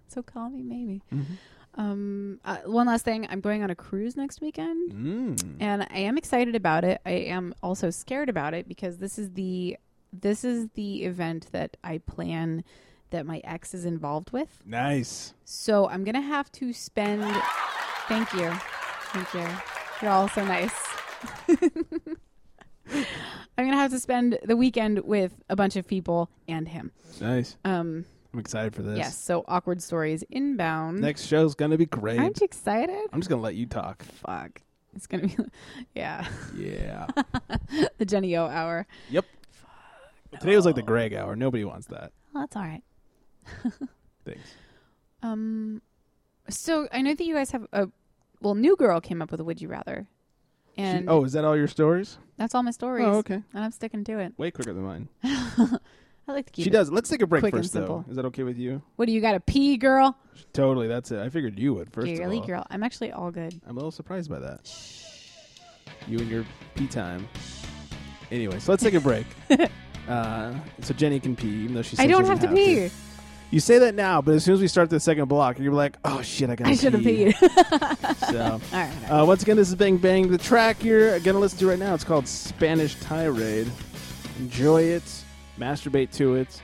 A: So call me maybe.
B: Mm-hmm.
A: Um, uh, one last thing. I'm going on a cruise next weekend,
B: Mm.
A: and I am excited about it. I am also scared about it because this is the this is the event that I plan that my ex is involved with.
B: Nice.
A: So I'm gonna have to spend. Thank you, thank you. You're all so nice. I'm gonna have to spend the weekend with a bunch of people and him.
B: Nice.
A: Um,
B: I'm excited for this.
A: yes. So awkward stories inbound.
B: Mm-hmm. Next show's gonna be great.
A: Aren't you excited?
B: I'm just gonna let you talk.
A: fuck. It's gonna be, yeah,
B: Yeah.
A: the Jenny O hour.
B: yep. Today was like the Greg hour. Nobody wants that.
A: Well, that's all right.
B: Thanks.
A: Um, so I know that you guys have a well, new girl came up with a would you rather,
B: She-
A: and
B: oh, is that all your stories?
A: that's all my stories.
B: Oh, okay.
A: and I'm sticking to it.
B: Way quicker than mine.
A: I like to keep.
B: She
A: it.
B: does. Let's take a break
A: quick and
B: first, though.
A: simple.
B: Is that okay with you?
A: What do you got? A pee, girl?
B: Totally. That's it. I figured you would first.
A: Girly
B: of all.
A: girl. I'm actually all good.
B: I'm a little surprised by that. You and your pee time. Anyway, so let's take a break. uh, so Jenny can pee, even though she. Said
A: I
B: she
A: don't
B: doesn't
A: have to pee.
B: You say that now, but as soon as we start the second block, you're like, "Oh shit, I got."
A: I should have peed.
B: So,
A: all right.
B: uh, once again, this is Bang Bang. The track you're gonna listen to right now, it's called Spanish Tirade. Enjoy it, masturbate to it.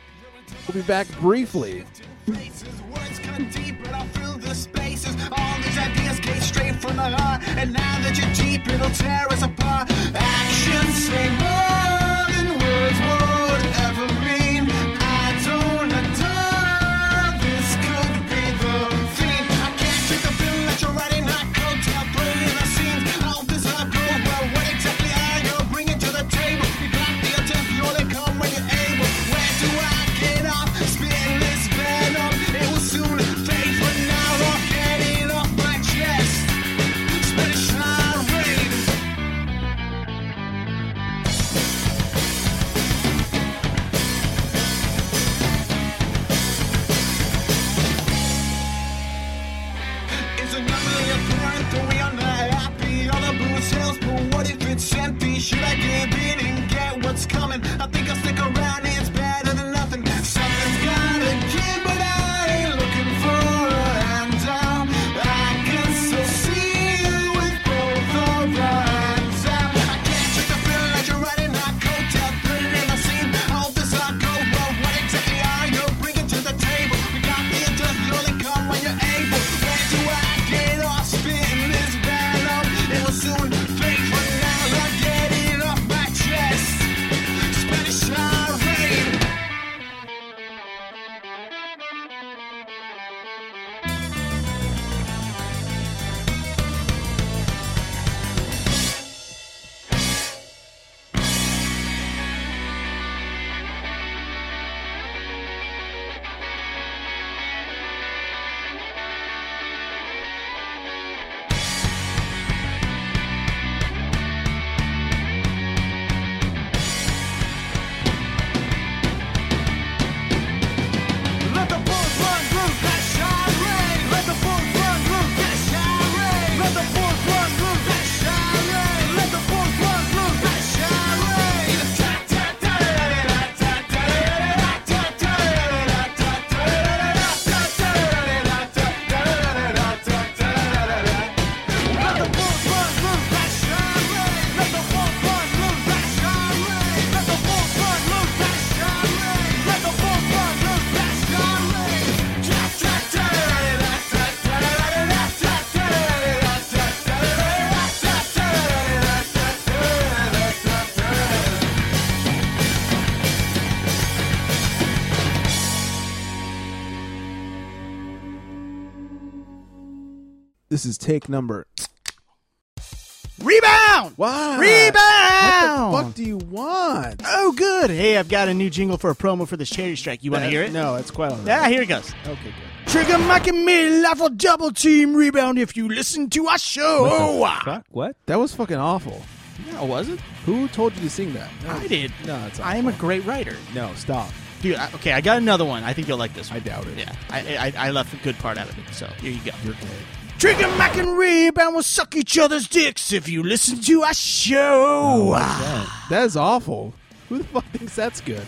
B: We'll be back briefly.
F: Faces, words cut deep, but I fill the spaces. All these ideas came straight from. from the heart. And now that you're deep, it'll tear us apart. Actions say more than words would ever mean. I don't adore. This could be the theme. I can't get the feeling that you're writing. I could tell, putting in the scenes. All this I go, well, what exactly are you bringing to the table? You got the attempt, you only come when you're able. Where do I get off? Spin this venom. It will soon fade, but now I'll get it off my chest. Spanish irate. It's a number your parent throwing on the happy on the blue sales, but what if it's empty? Should I give in and get what's coming? I think I'll stick around, it's better than nothing. Something's gotta give, but I ain't looking for a handout. I can still see you with both of our hands out. I can't shake the feeling that you're riding hot coattail, put it in the scene. All this I go, well, what exactly are you bringing to the table? We got the interest, you only come when you're able. Where do I get off spinning this battle? It will soon fade, but now I get it off my chest. Spanish irate. Let the bulls run through that charade. Let the bulls run through that charade. Let the bulls run through that charade. Let the bulls run through that charade. Ta ta ta da da da ta ta da da da ta ta da da da ta ta da da da ta ta da da da ta ta da da da ta ta da da da. Let the bulls run through that charade. Let the bulls run through that charade. Let the bulls run through that charade. Let the bulls run through that charade. Ta ta ta da da da ta ta da da da ta ta da da da ta ta da da da ta ta da da da ta ta da da da ta ta da da da.
B: This is take number.
G: Rebound!
B: Wow.
G: Rebound!
B: What the fuck do you want?
G: Oh, good. Hey, I've got a new jingle for a promo for the Cherry Strike. You want to hear it?
B: No, it's quite all right.
G: Yeah, here it goes.
B: Okay, good.
G: Trigger Mike and me, life will double team rebound if you listen to our show.
H: What?
B: That was fucking awful.
G: No, was it?
B: Who told you to sing that?
G: I did.
B: No, it's
G: I am a great writer.
B: No, stop.
G: Dude, I, okay, I got another one. I think you'll like this
B: I
G: one.
B: doubt it.
G: Yeah, I, I, I left a good part out of it, so here you go. You're good. Trigger Mac and Rebound will suck each other's dicks if you listen to our show.
B: That is awful. Who the fuck thinks that's good?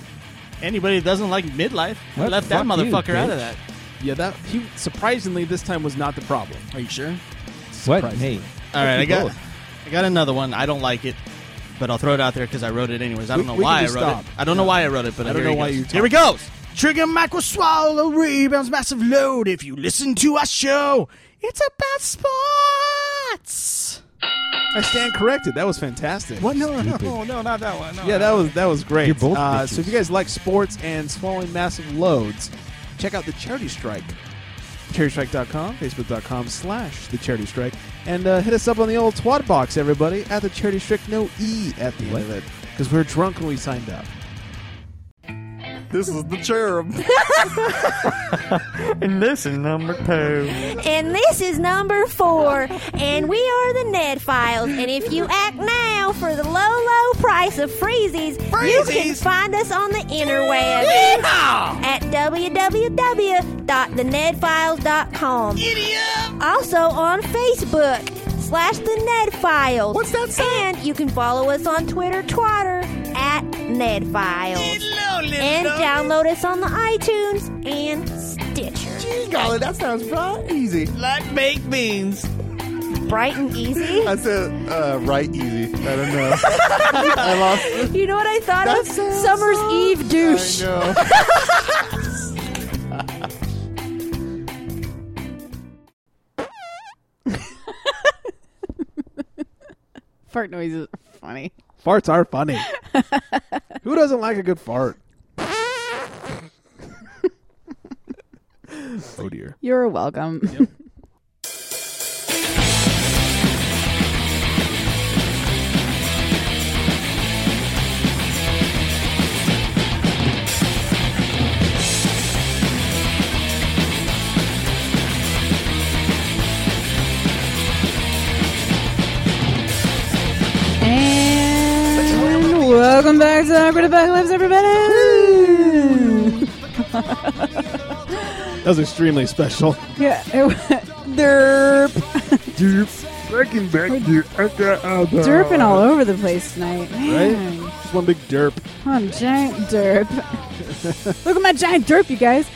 G: Anybody that doesn't like midlife, I
H: Well,
G: left that
H: fuck you,
G: motherfucker out
H: bitch.
G: of that.
B: Yeah, that he surprisingly this time was not the problem.
G: Are you sure?
H: What?
B: Surprising.
H: Hey,
G: All right, I
B: Fuck you
G: got,
B: both.
G: I got another one. I don't like it, but I'll throw it out there because I wrote it anyways. I
B: We-
G: don't know
B: we can
G: why I wrote
B: just stop.
G: it. I don't know why I wrote it, but
B: I don't
G: here
B: know
G: it
B: why
G: goes.
B: you
G: Here it goes. Trigger Mac will swallow rebounds, massive load. If you listen to our show, it's about sports.
B: I stand corrected. That was fantastic.
G: What? No, no,
H: Stupid.
G: no, no, not that one. No,
B: Yeah, that was that was great.
H: You're both
B: uh, so
H: bitches.
B: if you guys like sports and swallowing massive loads, check out the Charity Strike. CharityStrike.com, Facebook.com slash the Charity Strike, and uh, hit us up on the old twat box, everybody, at the Charity Strike. No E at the end of it because we were drunk when we signed up.
I: This is the cherub.
J: And this is number four. And we are the Ned Files. And if you act now for the low, low price of freezies, you can find us on the interweb at www.thenedfiles.com. Also on Facebook slash the Ned Files. What's that And you can follow us on Twitter, Twitter at Ned Files. And download us on the iTunes and Stitcher.
I: Golly, that sounds right easy.
G: like baked beans.
J: bright and easy.
I: I said, uh, right easy. I don't know. I lost.
J: You know what I thought
I: That
J: of?
I: sounds
J: Summer's
I: so-
J: Eve douche.
I: I know.
A: fart noises are funny.
B: Farts are funny. Who doesn't like a good fart? oh dear.
A: You're welcome. And welcome back to Awkward Apocalypse, everybody.
B: That was extremely special.
A: yeah, it, derp,
I: Fucking back you.
A: derping all over the place tonight. Man.
B: Oh. Right? Just one big derp.
A: I'm giant derp. Look at my giant derp, you guys.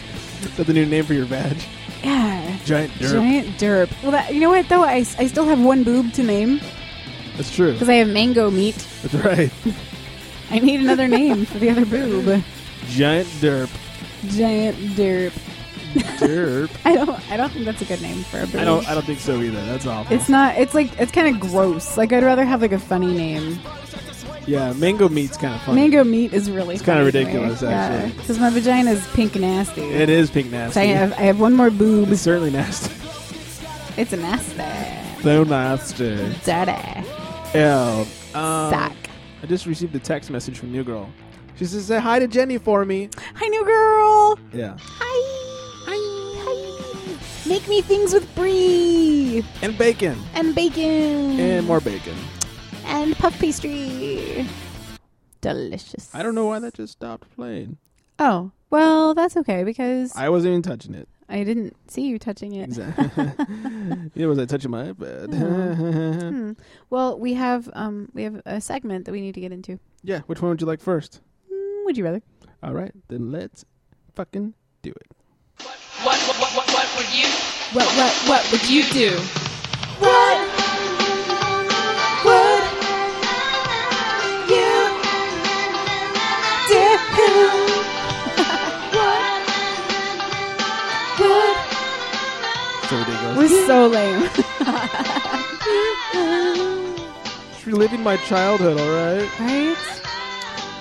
B: Is that the new name for your badge?
A: Yeah,
B: Giant derp.
A: giant derp. Well, that, you know what though? I, I still have one boob to name
B: That's true.
A: because I have mango meat.
B: That's right.
A: I need another name for the other boob.
B: Giant derp.
A: Giant derp.
B: Derp.
A: I don't. I don't think that's a good name for a boob.
B: I don't. I don't think so either. That's awful.
A: It's not. It's like it's kind of gross. Like I'd rather have like a funny name.
B: yeah, mango meat's kind of funny.
A: Mango meat is really. It's
B: kinda ridiculous, actually.
A: Because my vagina is pink and nasty.
B: It is pink nasty.
A: So I have. I have one more boob.
B: It's certainly nasty.
A: It's a nasty.
B: So nasty.
A: Dirty.
B: Ew. Um,
A: Sack.
B: I just received a text message from New Girl. She says, "Say hi to Jenny for me."
A: Hi, new girl.
B: Yeah.
A: Hi. Hi. Hi. Make me things with brie
B: And bacon.
A: and bacon
B: And more bacon.
A: and puff pastry. Delicious.
B: I don't know why that just stopped playing.
A: Oh well, that's okay because
B: I wasn't even touching it.
A: I didn't see you touching it.
B: Neither was I touching my iPad.
A: Hmm. Well, we have um we have a segment that we need to get into.
B: yeah, which one would you like first?
A: Mm, Would you rather?
B: All right, then let's fucking do it.
H: What, what, what, what, what would you?
A: What what what would you do?
B: So ridiculous.
A: We're so lame.
B: Just reliving my childhood. All right.
A: right?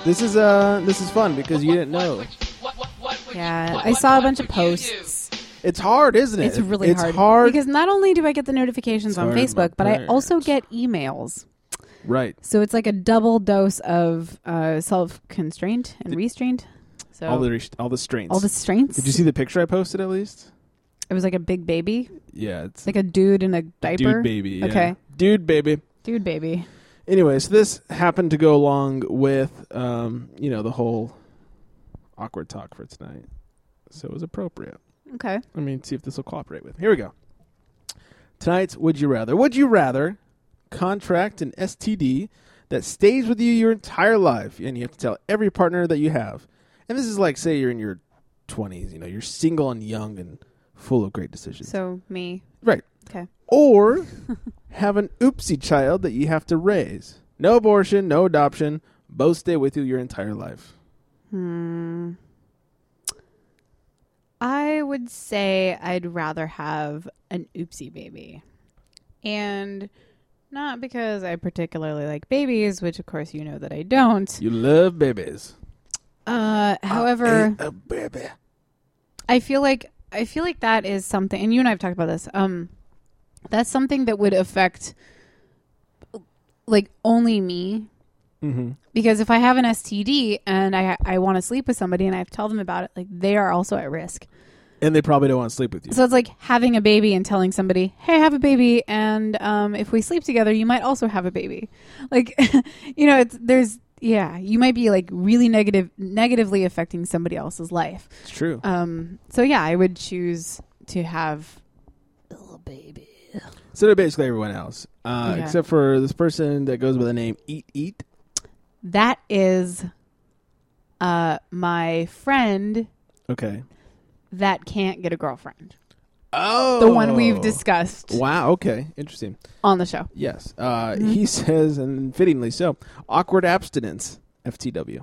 B: This is uh, this is fun because you didn't know.
H: What, what, what would you?
A: Yeah.
H: what-
A: I
H: what-
A: saw a
H: what
A: bunch of
H: would you do?
A: posts.
B: It's hard, isn't it?
A: It's really
B: it's
A: hard.
B: hard.
A: Because not only do I get the notifications on
B: hard in my
A: Facebook, but I
B: prayers.
A: also get emails.
B: right.
A: So it's like a double dose of uh, self constraint and restraint. So
B: All the rest- all the strengths.
A: all the strengths.
B: Did you see the picture I posted at least?
A: It was like a big baby,
B: Yeah, it's
A: like a dude in a diaper.
B: dude baby. yeah.
A: Okay.
B: dude baby.
A: Dude baby.
B: Anyway, so this happened to go along with, um, you know, the whole awkward talk for tonight, so it was appropriate.
A: Okay.
B: I mean, see if this will cooperate with. Here we go. Tonight's Would You Rather. Would you rather contract an STD that stays with you your entire life and you have to tell every partner that you have? And this is like, say, you're in your 20s, you know, you're single and young and full of great decisions.
A: So me.
B: right.
A: Okay.
B: Or have an oopsie child that you have to raise. No abortion, no adoption. Both stay with you your entire life.
A: I would say I'd rather have an oopsie baby. And not because I particularly like babies, which of course you know that I don't.
B: You love babies.
A: Uh, however,
B: A baby.
A: I feel like I feel like that is something and you and I have talked about this. Um that's something that would affect like only me
B: Mm-hmm.
A: because if I have an STD and I I want to sleep with somebody and I tell them about it, like they are also at risk.
B: And they probably don't want to sleep with you.
A: So it's like having a baby and telling somebody, "Hey, I have a baby, and um, if we sleep together, you might also have a baby." Like, you know, it's there's yeah, you might be like really negative, negatively affecting somebody else's life.
B: It's true.
A: Um, so yeah, I would choose to have
B: So they're basically everyone else, uh,
A: Okay.
B: except for this person that goes by the name Eat Eat.
A: that is, uh, my friend
B: Okay.
A: that can't get a girlfriend,
B: Oh,
A: the one we've discussed
B: Wow. Okay. Interesting.
A: on the show.
B: Yes. Uh,
A: Mm-hmm.
B: He says, and fittingly so, awkward abstinence. FTW.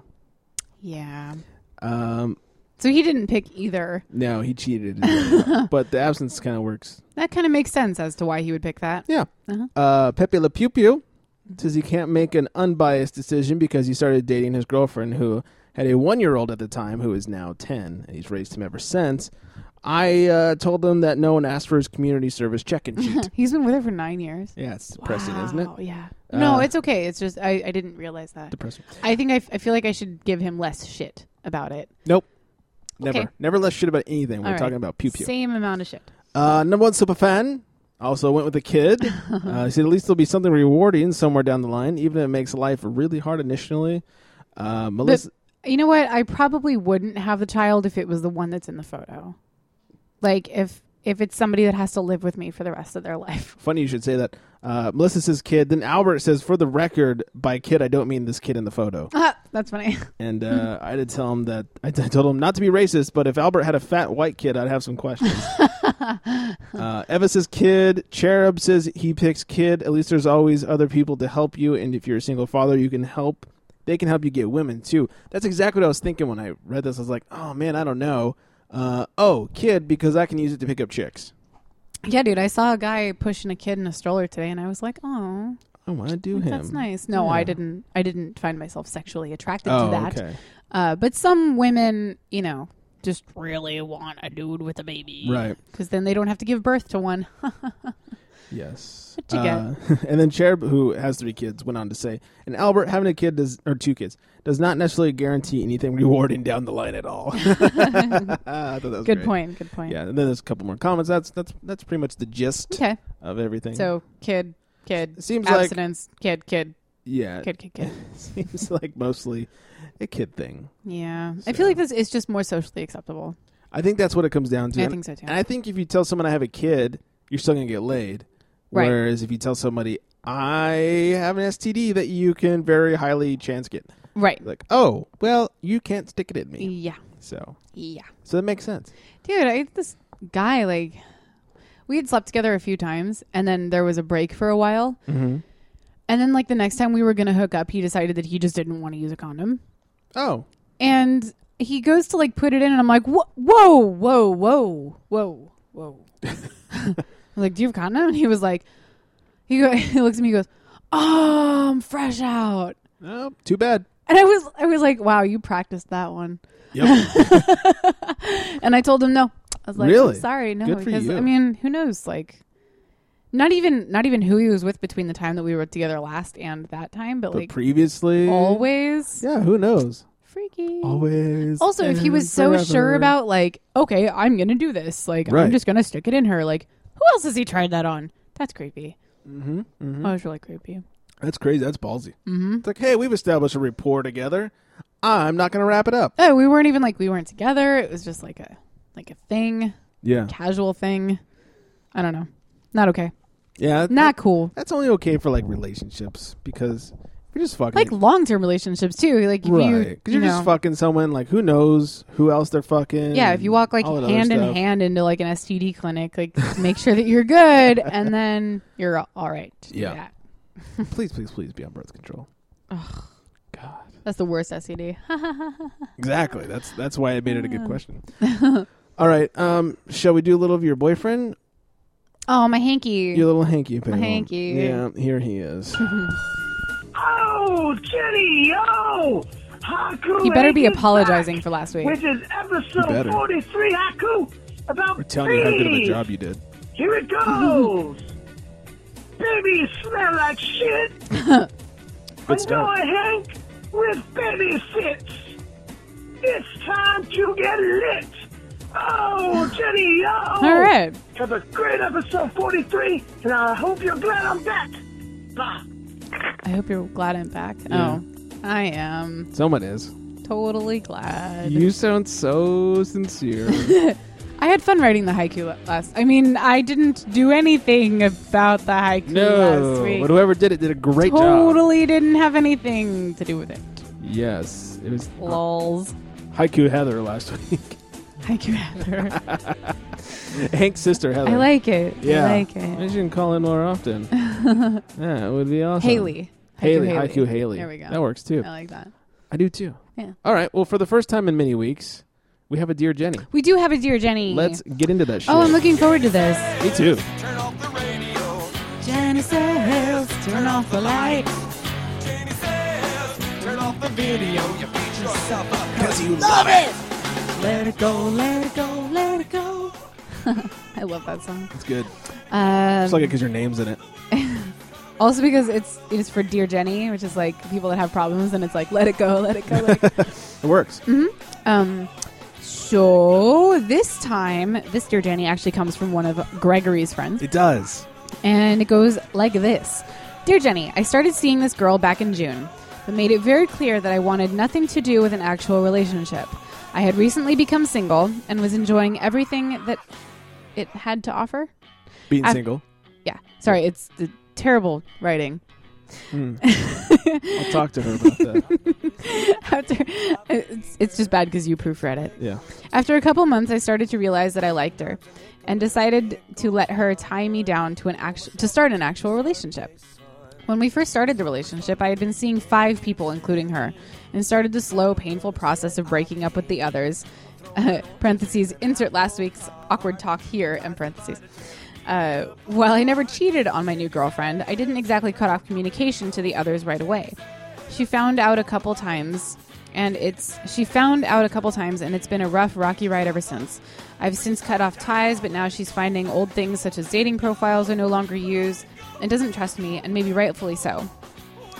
A: Yeah.
B: Um,
A: So he didn't pick either.
B: no, he cheated, but the abstinence kind of works.
A: That kind of makes sense as to why he would pick that.
B: Yeah.
A: Uh-huh.
B: Uh, Pepe Le Pew Pew says he can't make an unbiased decision because he started dating his girlfriend who had a one year old at the time who is now 10, and he's raised him ever since. I uh, told him that no one asked for his community service check in sheet.
A: He's been with her for nine years.
B: yeah, it's depressing, isn't it?
A: Oh yeah. No,
B: Uh,
A: it's okay. It's just I, I didn't realize that.
B: Depressing.
A: I think I, f- I feel like I should give him less shit about it.
B: Nope. Never.
A: Okay.
B: Never less shit about anything. We're
A: All right.
B: talking about pew pew.
A: Same amount of shit.
B: Uh, number one super fan also went with a kid. uh, he said at least there'll be something rewarding somewhere down the line, even if it makes life really hard initially. Uh, Melissa,
A: You know what? I probably wouldn't have the child if it was the one that's in the photo. Like if if it's somebody that has to live with me for the rest of their life.
B: funny you should say that. Uh, Melissa says kid. Then Albert says, for the record, by kid I don't mean this kid in the photo.
A: Ah, that's funny.
B: And uh, I did tell him that I t- I told him not to be racist, but if Albert had a fat white kid, I'd have some questions. uh, Eva says kid. Cherub says he picks kid. At least there's always other people to help you, and if you're a single father, you can help. They can help you get women too. That's exactly what I was thinking when I read this. I was like, oh man, I don't know. Uh, oh, kid, because I can use it to pick up chicks.
A: yeah, dude. I saw a guy pushing a kid in a stroller today, and I was like, oh,
B: I want to do him.
A: that's nice. No, I didn't. I didn't find myself sexually attracted
B: Oh,
A: to that.
B: okay.
A: Uh, but some women, you know, just really want a dude with a baby,
B: Right.
A: Because then they don't have to give birth to one.
B: Yes.
A: What you
B: Uh, and then Cherub, who has three kids, went on to say, and Albert having a kid does or two kids does not necessarily guarantee anything rewarding down the line at all. I thought that was
A: good
B: great.
A: point. Good point.
B: Yeah, and then there's a couple more comments. That's that's that's pretty much the gist
A: Okay.
B: of everything.
A: So kid, kid,
B: Seems like-
A: abstinence, kid, kid,
B: yeah,
A: kid, kid, kid.
B: seems like mostly a kid thing.
A: Yeah, I feel like this is just more socially acceptable.
B: I think that's what it comes down to.
A: I
B: And-
A: think so, too.
B: And I think if you tell someone I have a kid, you're still gonna get laid.
A: Right.
B: Whereas if you tell somebody I have an STD that you can very highly chance get.
A: Right.
B: like, oh, well, you can't stick it in me.
A: Yeah.
B: So,
A: Yeah.
B: so that makes sense.
A: Dude, I this guy like we had slept together a few times and then there was a break for a while.
B: Mm-hmm.
A: And then like the next time we were going to hook up, he decided that he just didn't want to use a condom.
B: Oh,
A: And he goes to like put it in and I'm like, "Whoa, whoa, whoa, whoa, whoa, whoa." I'm like, "Do you have a condom?" And he was like he go, he looks at me he goes, "Oh, I'm fresh out."
B: no, too bad.
A: And I was I was like, "Wow, you practiced that one."
B: Yep.
A: And I told him no. I was like,
B: Really?
A: I'm sorry, no,
B: Good for
A: because
B: you.
A: I mean, who knows? Like, not even not even who he was with between the time that we were together last and that time, but,
B: but
A: like
B: previously,
A: always
B: yeah, who knows?
A: freaky.
B: Always.
A: Also, if he
B: and
A: was so sure
B: forever.
A: about like, okay, I'm gonna do this, like
B: Right.
A: I'm just gonna stick it in her. Like, who else has he tried that on? That's creepy. Mm-hmm,
B: Hmm?
A: That was really creepy.
B: that's crazy. That's ballsy. Mm-hmm. It's like, hey, we've established a rapport together. I'm not going to wrap it up.
A: Oh, we weren't even like we weren't together. It was just like a like a thing,
B: Yeah,
A: casual thing. I don't know. Not okay.
B: yeah.
A: Not cool.
B: That's only okay for like relationships because you're just fucking
A: like long term relationships too. Like if
B: right.
A: you,
B: Because
A: you
B: you're just
A: know-
B: fucking someone like who knows who else they're fucking.
A: Yeah, if you walk like
B: all that other
A: hand in
B: stuff.
A: hand into like an STD clinic, like make sure that you're good, and then you're a- all right. to do
B: Yeah.
A: that.
B: please, please, please be on birth control. God.
A: that's the worst STD.
B: Exactly. That's that's why I made it a good question. All right. Um, shall we do a little of your boyfriend?
A: oh, my hanky.
B: Your little hanky pal.
A: hanky.
B: Yeah, here he is.
F: Oh, Kitty, yo! Haku
A: he better be
F: Hank is
A: apologizing
F: back
A: for last week.
F: With his episode
B: better.
F: 43 Haku about
B: We're telling you how good of a
F: trees.
B: job Mm-hmm. you did.
F: Here it goes. baby smell like shit.
B: Good stuff.
F: Annoy Hank with baby fits. It's time to get lit. Oh, Jenny, yo!
A: all right.
F: To the great episode 43, and I hope you're glad I'm back. Bye.
A: I hope you're glad I'm back. Oh, I am
B: Someone is.
A: totally glad.
B: You sound so sincere.
A: I had fun writing the haiku la- last. I mean, I didn't do anything about the haiku last
B: no,
A: week.
B: but whoever did it did a great job.
A: totally didn't have anything to do with it.
B: Yes, it was
A: Lols.
B: Haiku Heather last week.
A: Haiku Heather.
B: Hank's sister Heather.
A: I like it.
B: Yeah,
A: I like
B: Maybe
A: it.
B: you can call in more often. yeah, it would be awesome.
A: Haley.
B: Haley, Haiku Haley.
A: There we go.
B: That works too.
A: I like that.
B: I do too.
A: Yeah.
B: All right. Well, for the first time in many weeks, we have a Dear Jenny.
A: We do have a Dear Jenny.
B: Let's get into that shit.
A: Oh, I'm looking forward to this.
B: Me too.
A: Jenny says Turn off the light.
F: Turn off the video. You beat yourself up.
G: Because you
J: Love it.
A: Let it go, let it go, let it go. I love that song.
B: It's good.
A: Um,
B: It's like it because your name's in it.
A: also because it's it is for Dear Jenny, which is like people that have problems, and it's like let it go, let it go, let it go.
B: It works.
A: Um, so this time, this Dear Jenny actually comes from one of Gregory's friends.
B: It does.
A: And it goes like this Dear Jenny, I started seeing this girl back in June, but made it very clear that I wanted nothing to do with an actual relationship. I had recently become single and was enjoying everything that it had to offer.
B: Being
A: I-
B: single.
A: Yeah, sorry, it's the terrible writing.
B: Mm. I'll talk to her about that.
A: After, it's, it's just bad because you proofread it.
B: Yeah.
A: After a couple months, I started to realize that I liked her, and decided to let her tie me down to an actual to start an actual relationship. When we first started the relationship, I had been seeing five people, including her, and started the slow, painful process of breaking up with the others. parentheses insert last week's awkward talk here. And parentheses. Uh, while I never cheated on my new girlfriend, I didn't exactly cut off communication to the others right away. She found out a couple times, and it's she found out a couple times, and it's been a rough, rocky ride ever since. I've since cut off ties, but now she's finding old things such as dating profiles I no longer use, and doesn't trust me, and maybe rightfully so.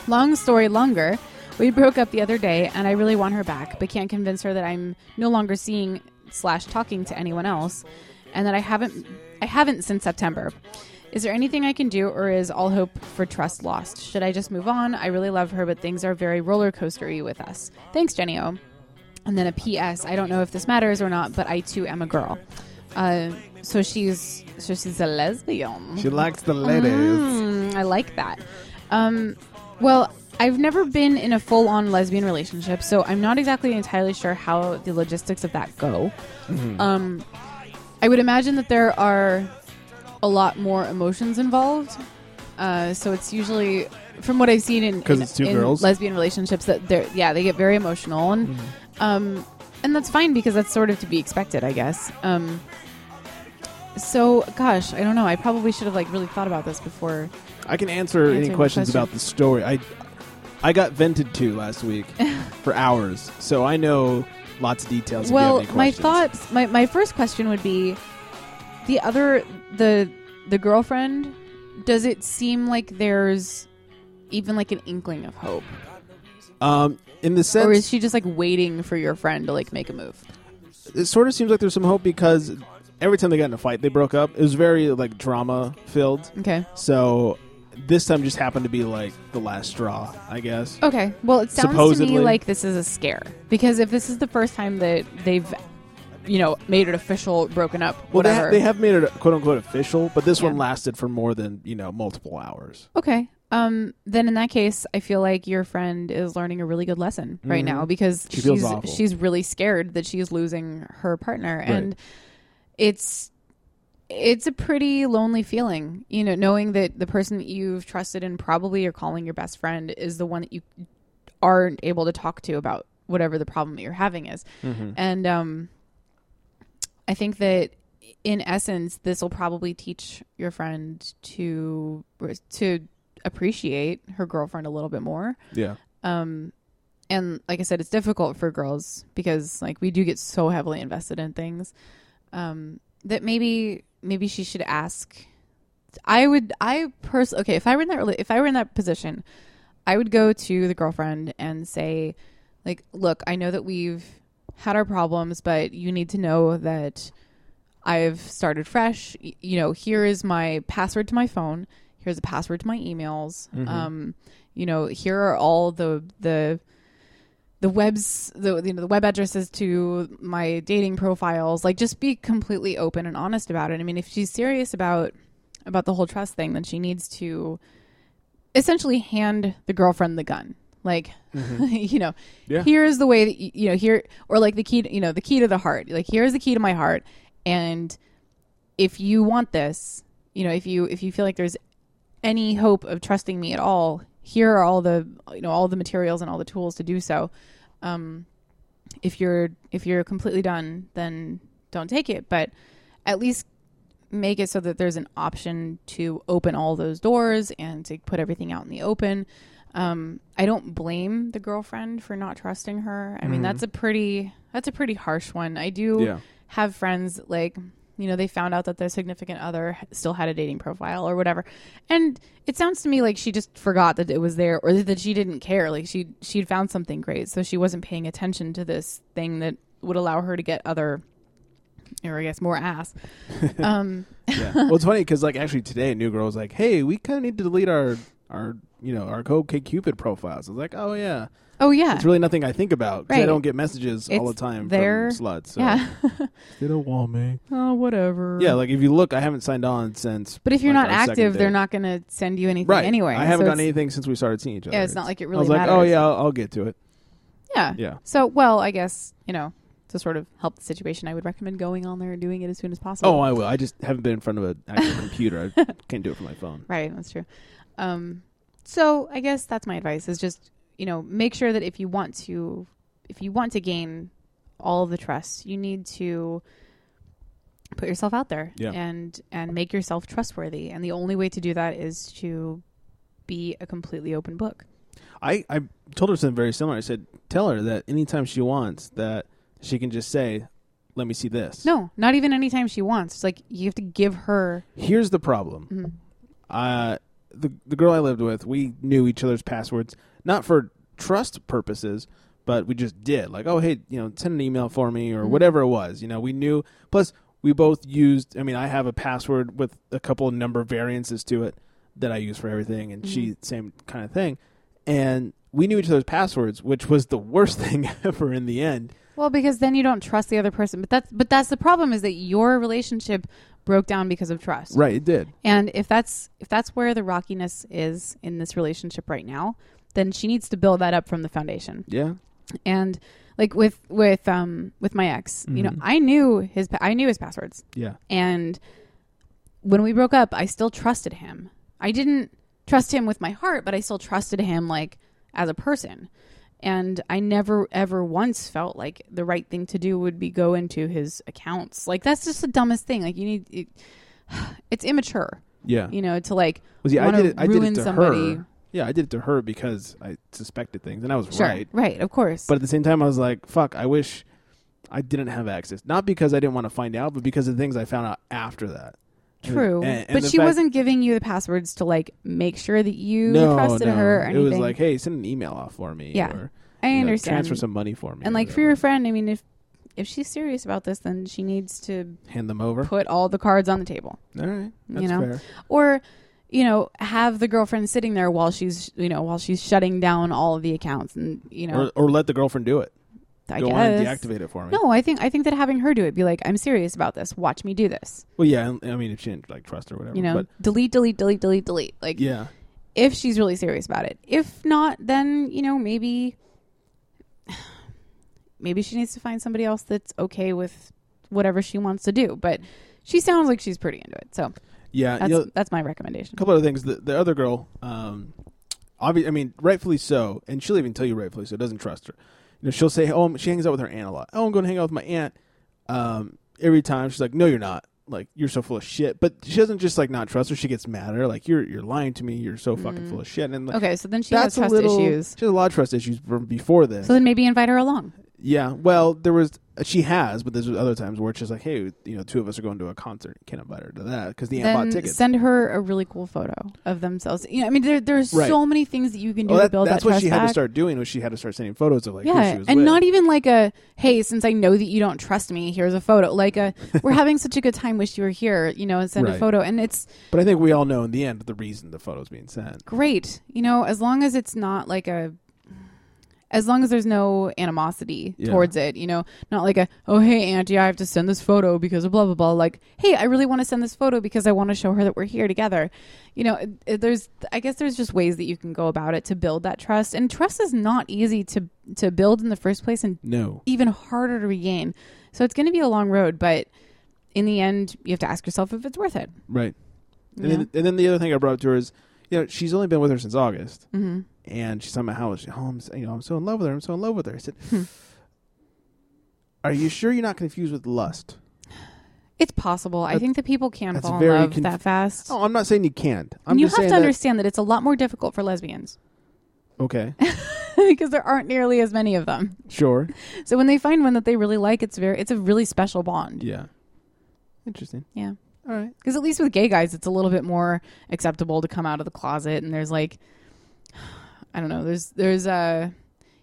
A: Long story longer, we broke up the other day, and I really want her back, but can't convince her that I'm no longer seeing slash talking to anyone else, and that I haven't I haven't since September. Is there anything I can do, or is all hope for trust lost? Should I just move on? I really love her, but things are very roller coastery with us. Thanks, Jenny O. And then a P.S. I don't know if this matters or not, but I too am a girl. Uh, so she's so she's a lesbian.
B: She likes the ladies.
A: Mm, I like that. Um, well, I've never been in a full on lesbian relationship, so I'm not exactly entirely sure how the logistics of that go.
B: Mm-hmm.
A: Um, I would imagine that there are a lot more emotions involved. Uh, so it's usually, from what I've seen in,
B: 'Cause
A: in-
B: it's two
A: in
B: girls?
A: lesbian relationships, that they're yeah they get very emotional and
B: Mm-hmm.
A: um, and that's fine because that's sort of to be expected, I guess. Um, so gosh, I don't know. I probably should have like really thought about this before.
B: I can answer
A: Answer
B: any
A: the
B: questions
A: question.
B: about the story. I I got vented to last week for hours, so I know lots of details. if you have
A: well
B: any
A: my
B: questions.
A: thoughts my, my first question would be the other the the girlfriend does it seem like there's even like an inkling of hope
B: um, in the sense,
A: or is she just like waiting for your friend to like make a move
B: it sort of seems like there's some hope because every time they got in a fight, they broke up. It was very like drama filled.
A: okay
B: So this time just happened to be like the last straw, I guess.
A: okay well it sounds to
B: Supposedly.
A: me like this is a scare because if this is the first time that they've you know made it official broken up
B: Well, they, ha-
A: whatever
B: they have made it quote unquote official, but this
A: Yeah.
B: one lasted for more than you know multiple hours.
A: okay um then in that case i feel like your friend is learning a really good lesson right now because
B: Mm-hmm. She feels
A: she's
B: awful.
A: she's really scared that she's losing her partner and it's it's a pretty lonely feeling you know knowing that the person that you've trusted and probably are calling your best friend is the one that you aren't able to talk to about whatever the problem that you're having is and um i think that in essence this will probably teach your friend to to appreciate her girlfriend a little bit more
B: Yeah.
A: um and like i said it's difficult for girls because like we do get so heavily invested in things um that maybe maybe she should ask i would i pers okay if i were in that rela- if i were in that position i would go to the girlfriend and say like look i know that we've had our problems but you need to know that i've started fresh Y- you know here is my password to my phone here's a password to my emails um you know here are all the the the webs the you know the web addresses to my dating profiles like just be completely open and honest about it i mean if she's serious about about the whole trust thing then she needs to essentially hand the girlfriend the gun like you know
B: Yeah.
A: here's the way that y- you know here or like the key to, you know the key to the heart like here's the key to my heart and if you want this you know if you if you feel like there's any hope of trusting me at all, here are all the you know all the materials and all the tools to do so. Um, if you're if you're completely done, then don't take it. But at least make it so that there's an option to open all those doors and to put everything out in the open. Um, I don't blame the girlfriend for not trusting her. I mean,
K: Mhm.
A: that's a pretty that's a pretty harsh one. I do
K: Yeah.
A: have friends like you know they found out that their significant other h- still had a dating profile or whatever, and it sounds to me like she just forgot that it was there or that she didn't care. Like she she'd found something great, so she wasn't paying attention to this thing that would allow her to get other or I guess more ass. Um,
B: yeah. Well, it's funny because like actually today, New Girl was like, "Hey, we kind of need to delete our our you know our OK Cupid profiles." I was like, "Oh yeah,
A: Oh, yeah.
B: It's really nothing I think about 'cause I
A: Right.
B: don't get messages all the
A: It's
B: time
A: there.
B: from sluts. So.
A: Yeah.
B: they don't want me.
A: oh, whatever.
B: Yeah, like if you look, I haven't signed on since.
A: But if you're
B: like,
A: not
B: our second
A: active, they're
B: date.
A: not going to send you anything
B: right
A: anyway.
B: I haven't
A: So
B: gotten
A: it's-
B: anything since we started seeing each other.
A: Yeah, it's not like it
B: I was
A: really
B: like, "Oh
A: matters."
B: yeah, I'll, I'll get to it."
A: Yeah.
B: Yeah.
A: So, well, I guess, you know, to sort of help the situation, I would recommend going on there and doing it as soon as possible.
B: Oh, I will. I just haven't been in front of an actual computer. I can't do it from my phone.
A: Right, that's true. Um, so I guess that's my advice is just, you know, make sure that if you want to if you want to gain all of the trust, you need to put yourself out there
K: Yeah.
A: and and make yourself trustworthy. And the only way to do that is to be a completely open book.
B: I, I told her something very similar. I said, tell her that anytime she wants, that she can just say, let me see this.
A: No, not even anytime she wants. It's like you have to give her
B: Here's the problem.
A: Mhm.
B: Uh, the, the girl I lived with, we knew each other's passwords, not for trust purposes, but we just did. Like, oh, hey, you know, send an email for me or
K: Mhm.
B: whatever it was. You know, we knew. Plus, we both used, I mean, I have a password with a couple of number variances to it that I use for everything, and she, same kind of thing. And we knew each other's passwords, which was the worst thing ever in the end.
A: Well, because then you don't trust the other person. But that's but that's the problem is that your relationship broke down because of trust.
B: Right, it did.
A: And if that's if that's where the rockiness is in this relationship right now, then she needs to build that up from the foundation.
B: Yeah.
A: And like with with um with my ex, you know,
K: Mhm.
A: I knew his pa- I knew his passwords.
K: Yeah.
A: And when we broke up, I still trusted him. I didn't trust him with my heart, but I still trusted him like as a person. And I never ever once felt like the right thing to do would be go into his accounts. Like that's just the dumbest thing. Like you need it, it's immature.
B: Yeah.
A: You know, to like
B: Well, yeah, I
A: wanna
B: did it, I did
A: ruin
B: it to
A: somebody.
B: her. Yeah, I did it to her because I suspected things, and I was
A: Sure.
B: right.
A: Right, of course.
B: But at the same time, I was like, "Fuck! I wish I didn't have access. Not because I didn't want to find out, but because of the things I found out after that." And-
A: True.
B: and- and
A: but
B: the
A: she
B: fact-
A: wasn't giving you the passwords to like make sure that you
B: no,
A: trusted
B: no.
A: her or anything.
B: It was like, "Hey, send an email off for me."
A: Yeah.
B: or,
A: I
B: you know,
A: understand.
B: transfer some money for me.
A: And like for your friend, I mean, if if she's serious about this, then she needs to
B: Hand them over.
A: put all the cards on the table.
B: All right, that's
A: you know,
B: fair.
A: or you know, have the girlfriend sitting there while she's you know while she's shutting down all of the accounts, and you know,
B: or, or let the girlfriend do it.
A: I
B: Go
A: guess.
B: on and deactivate it for me.
A: No, I think I think that having her do it, be like, I'm serious about this. Watch me do this.
B: Well, yeah. I I mean, if she didn't like trust or whatever,
A: You know,
B: but
A: delete, delete, delete, delete, delete. Like,
B: yeah,
A: if she's really serious about it. If not, then you know maybe maybe she needs to find somebody else that's okay with whatever she wants to do. But she sounds like she's pretty into it, so
B: Yeah, you
A: that's,
B: know-
A: that's my recommendation.
B: A couple other things. The, the other girl, um, obvi- I mean, rightfully so, and she'll even tell you rightfully so, doesn't trust her. You know, she'll say, "Oh, I'm- she hangs out with her aunt a lot. Oh, I'm going to hang out with my aunt." Um, every time she's like, "No, you're not. Like, you're so full of shit." But she doesn't just like not trust her. She gets mad at her. Like, "You're you're lying to me. You're so fucking full of shit." And like,
A: Okay, so then Mm-hmm. Oh, she has
B: that's a
A: trust
B: little-
A: issues.
B: She has a lot of trust issues from before this.
A: So then maybe invite her along.
B: Yeah. Well, there was uh, she has, but there's other times where it's just like, "Hey, you know, two of us are going to a concert. You can't invite her to that because the aunt bought
A: Then
B: tickets."
A: send her a really cool photo of themselves. You know, I mean, there, there's
B: Right.
A: so many things that you can do
B: Oh,
A: to
B: that-
A: build
B: that's
A: that
B: what
A: trust
B: she had to
A: back.
B: start doing was she had to start sending photos of like who
A: yeah,
B: she was
A: and
B: with.
A: not e- even like a hey, since I know that you don't trust me, here's a photo. Like a we're having such a good time, wish you were here. You know, and send
B: Right.
A: a photo. And it's
B: but I think we all know in the end the reason the photos being sent.
A: great. You know, as long as it's not like a as long as there's no animosity
B: Yeah.
A: towards it, you know, not like a oh hey auntie, I have to send this photo because of blah blah blah. Like hey, I really want to send this photo because I want to show her that we're here together. You know, it- it- there's I guess there's just ways that you can go about it to build that trust, and trust is not easy to to build in the first place, and
B: No.
A: even harder to regain. So it's going to be a long road, but in the end, you have to ask yourself if it's worth it.
B: Right. And,
A: Yeah.
B: then, and then the other thing I brought up to her is, you know, she's only been with her since August,
A: Mhm.
B: and she's talking about how she, oh, I'm, s- you know, I'm so in love with her. I'm so in love with
A: Hmm.
B: her. I said, Are you sure you're not confused with lust?
A: It's possible. I think that people can
B: That's
A: fall in
B: very
A: love
B: conf-
A: that fast.
B: Oh, I'm not saying you can't. I'm
A: you
B: just
A: have
B: saying
A: to
B: that-
A: understand that it's a lot more difficult for lesbians
B: Okay,
A: because there aren't nearly as many of them.
B: sure.
A: So when they find one that they really like, it's very it's a really special bond.
B: Yeah. Interesting.
A: Yeah.
B: All right.
A: Because at least with gay guys, it's a little bit more acceptable to come out of the closet, and there's like, I don't know, there's there's uh,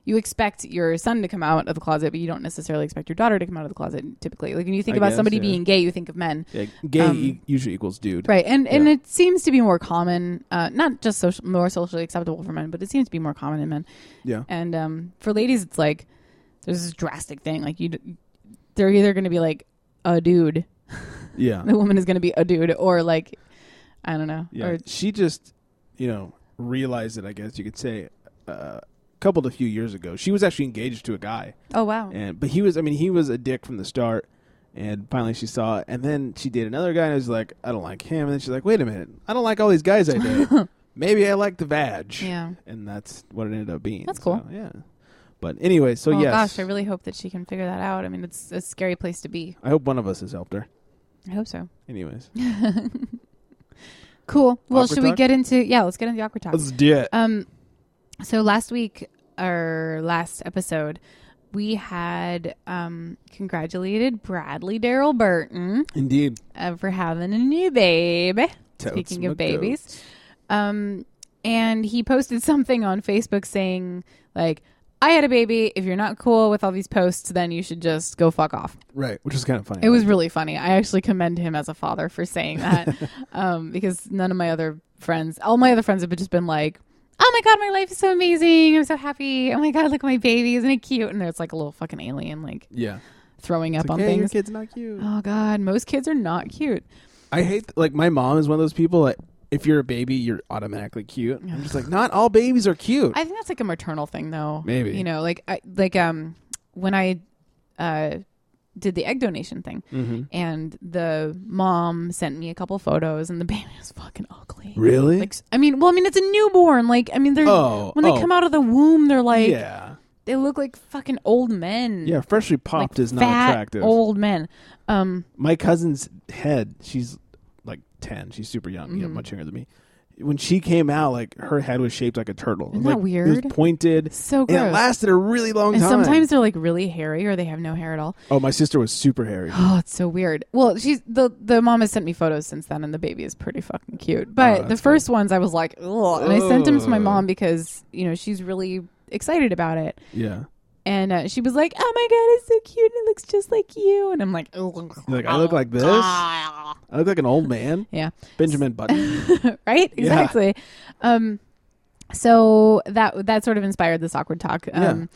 A: you expect your son to come out of the closet, but you don't necessarily expect your daughter to come out of the closet. Typically, like when you think
B: I
A: about
B: guess,
A: somebody
B: yeah.
A: being gay, you think of men,
B: Yeah, gay
A: Um,
B: e- usually equals dude.
A: right? And and
B: Yeah.
A: it seems to be more common, uh, not just social, more socially acceptable for men, but it seems to be more common in men.
B: Yeah.
A: And um, for ladies, it's like there's this drastic thing, like you, d- they're either going to be like a dude,
B: Yeah.
A: the woman is going to be a dude, or like. I don't know.
B: Yeah.
A: Or
B: she just, you know, realized it. I guess you could say, uh, coupled a few years ago. She was actually engaged to a guy,
A: Oh wow.
B: and but he was. I mean, he was a dick from the start. And finally, she saw it, and then she did another guy, and it was like, I don't like him. And then she's like, Wait a minute, I don't like all these guys I date. Maybe I like the vag.
A: Yeah.
B: And that's what it ended up being.
A: That's cool.
B: So, yeah. But anyway, so
A: oh
B: yes,
A: gosh, I really hope that she can figure that out. I mean, it's a scary place to be.
B: I hope one of us has helped her.
A: I hope so.
B: Anyways,
A: Cool. Well,
B: Awkward
A: should we
B: talk?
A: get into yeah? Let's get into the awkward talk.
B: let's do it.
A: Um, so last week or last episode, we had um congratulated Bradley Daryl Burton
B: Indeed.
A: uh, for having a new baby.
B: Totes
A: Speaking
B: my
A: of babies, um, and he posted something on Facebook saying like. I had a baby. If you're not cool with all these posts, then you should just go fuck off.
B: Right, which is kind of funny.
A: It was really funny. I actually commend him as a father for saying that um, because none of my other friends, all my other friends have just been like, oh my God, my life is so amazing. I'm so happy. Oh my God, look at my baby. Isn't it cute? And there's like a little fucking alien like
B: yeah.
A: throwing up on
B: Like, "Hey, your
A: things.
B: kid's not cute.
A: Oh God, most kids are not cute.
B: I hate like my mom is one of those people that if you're a baby, you're automatically cute. I'm just like, not all babies are cute.
A: I think that's like a maternal thing though.
B: Maybe.
A: You know, like, I, like, um, when I, uh, did the egg donation thing
B: Mm-hmm.
A: and the mom sent me a couple photos and the baby was fucking ugly.
B: really?
A: Like, I mean, well, I mean, it's a newborn. Like, I mean, they're
B: Oh,
A: when they
B: oh.
A: come out of the womb, they're like
B: yeah,
A: they look like fucking old men.
B: yeah. Freshly
A: like
B: popped is not
A: fat
B: attractive.
A: Old men. Um,
B: My cousin's head. She's like ten. She's super young.
A: Mm.
B: Yeah, much younger than me. When she came out, like her head was shaped like a turtle.
A: Isn't
B: like,
A: that
B: It was
A: weird?
B: pointed.
A: So
B: And it
A: gross.
B: lasted a really long
A: and
B: time.
A: sometimes they're like really hairy or they have no hair at all.
B: oh, my sister was super hairy.
A: Oh, it's so weird. Well, she's the the mom has sent me photos since then, and the baby is pretty fucking cute. But the first ones, I was like, ugh, and I sent them to my mom because you know she's really excited about it.
B: yeah.
A: And uh, she was like, "Oh my god, it's so cute! and It looks just like you." And I'm like, ugh.
B: Like I look like this. I look like an old man.
A: "Yeah."
B: Benjamin Button.
A: right? Exactly. Um, so that that sort of inspired this awkward talk, um,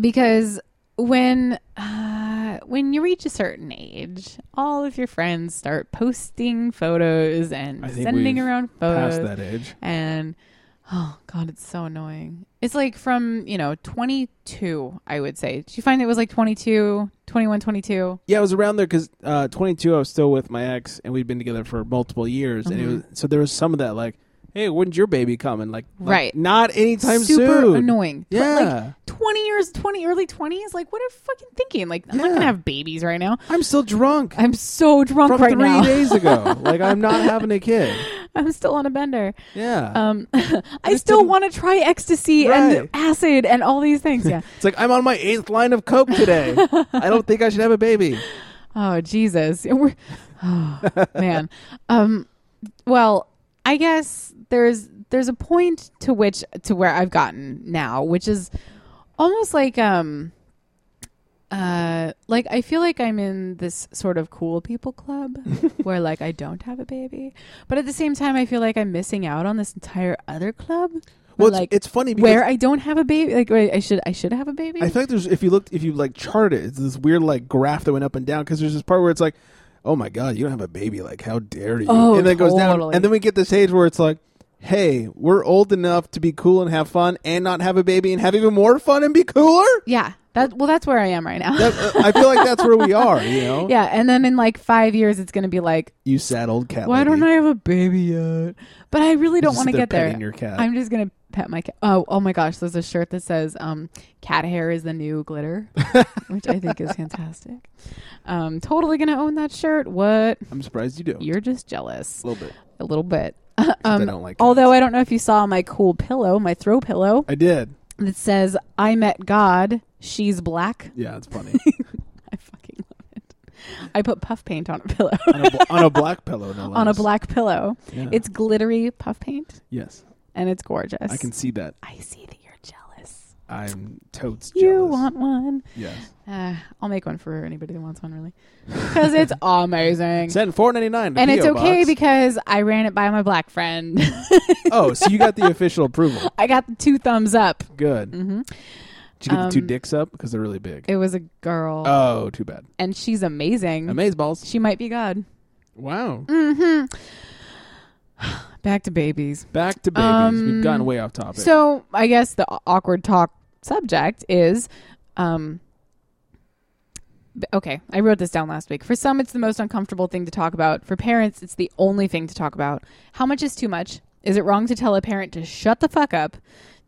A: because when uh, when you reach a certain age, all of your friends start posting photos and
B: I think
A: sending
B: we've
A: around
B: Past
A: photos,
B: that age.
A: and oh god, it's so annoying. It's like from you know twenty two, I would say. Did you find it was like 22, 21, 22?
B: Yeah, I was around there because uh, 22, I was still with my ex, and we'd been together for multiple years, and
A: Mm-hmm.
B: it was so there was some of that like, hey, when's your baby coming? Like, like,
A: Right.
B: not anytime
A: super
B: soon.
A: annoying. Tw-
B: Yeah.
A: like twenty years, twenty early twenties. Like, what are you fucking thinking? Like, I'm not gonna have babies right now.
B: I'm still drunk
A: I'm so drunk
B: from
A: right
B: three
A: now.
B: days ago. like, I'm not having a kid.
A: I'm still on a bender.
B: Yeah,
A: Um, I still
B: didn't-
A: want to try ecstasy
B: Right.
A: and acid and all these things. Yeah.
B: it's like I'm on my eighth line of coke today. I don't think I should have a baby.
A: oh Jesus. We're, oh man. Um, well, I guess there's there's a point to which to where I've gotten now, which is almost like um uh like I feel like I'm in this sort of cool people club where like I don't have a baby. But at the same time I feel like I'm missing out on this entire other club. where,
B: Well, it's-
A: like
B: it's funny because-
A: where I don't have a baby. Like where I should I should have a baby.
B: I feel like there's if you looked if you like charted it, it's this weird like graph that went up and down because there's this part where it's like, oh my god, you don't have a baby, like how dare you?
A: Oh,
B: and then it goes down,
A: totally.
B: and then we get this age where it's like, hey, we're old enough to be cool and have fun, and not have a baby and have even more fun and be cooler.
A: yeah. That well that's where I am right now.
B: That, uh, I feel like that's where we are. You know,
A: yeah, and then in like 5 years it's going to be like
B: You sad old cat.
A: Why
B: lady.
A: don't I have a baby yet? But I really don't
B: Just
A: want to
B: sit there
A: get there.
B: petting your cat.
A: I'm just gonna pet my cat. Oh, oh my gosh, there's a shirt that says um, "Cat hair is the new glitter," which I think is fantastic. Um, totally gonna own that shirt. What?
B: I'm surprised you do.
A: You're just jealous.
B: A little bit.
A: A little bit.
B: I
A: um,
B: don't like
A: although I don't know if you saw my cool pillow, my throw pillow
B: I did.
A: that says "I met God, she's black."
B: Yeah, it's funny.
A: I fucking love it. I put puff paint on a pillow.
B: on, a, bl- on a black pillow, no
A: on a
B: less.
A: black pillow.
B: Yeah.
A: It's glittery puff paint
B: Yes,
A: and it's gorgeous.
B: I can see that.
A: I see that you're jealous.
B: I'm totes
A: You
B: jealous.
A: want one.
B: Yes.
A: Uh, I'll make one for anybody that wants one, really. Because it's amazing.
B: Send four ninety nine.
A: and it's
B: PO
A: okay
B: box.
A: because I ran it by my black friend.
B: oh, so you got the official approval.
A: I got two thumbs up.
B: Good. Mm-hmm. Did you get the two dicks up because they're really big?
A: Um, It Mm. was a girl.
B: oh, too bad.
A: and she's amazing.
B: Amaze balls.
A: She might be God. Mm-hmm.
B: Wow.
A: Mm. Back to babies.
B: Back to babies. We've gotten way off topic.
A: Um, So I guess the aw- awkward talk subject is, um, b- okay. I wrote this down last week. For some, it's the most uncomfortable thing to talk about. For parents, it's the only thing to talk about. How much is too much? Is it wrong to tell a parent to shut the fuck up?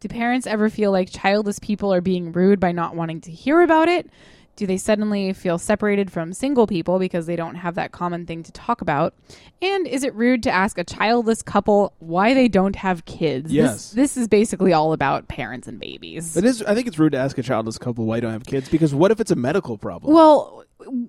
A: Do parents ever feel like childless people are being rude by not wanting to hear about it? Do they suddenly feel separated from single people because they don't have that common thing to talk about? And is it rude to ask a childless couple why they don't have kids? This-
B: Yes.
A: This, is basically all about parents and babies.
B: it is. I think it's rude to ask a childless couple why you don't have kids because what if it's a medical problem?
A: well,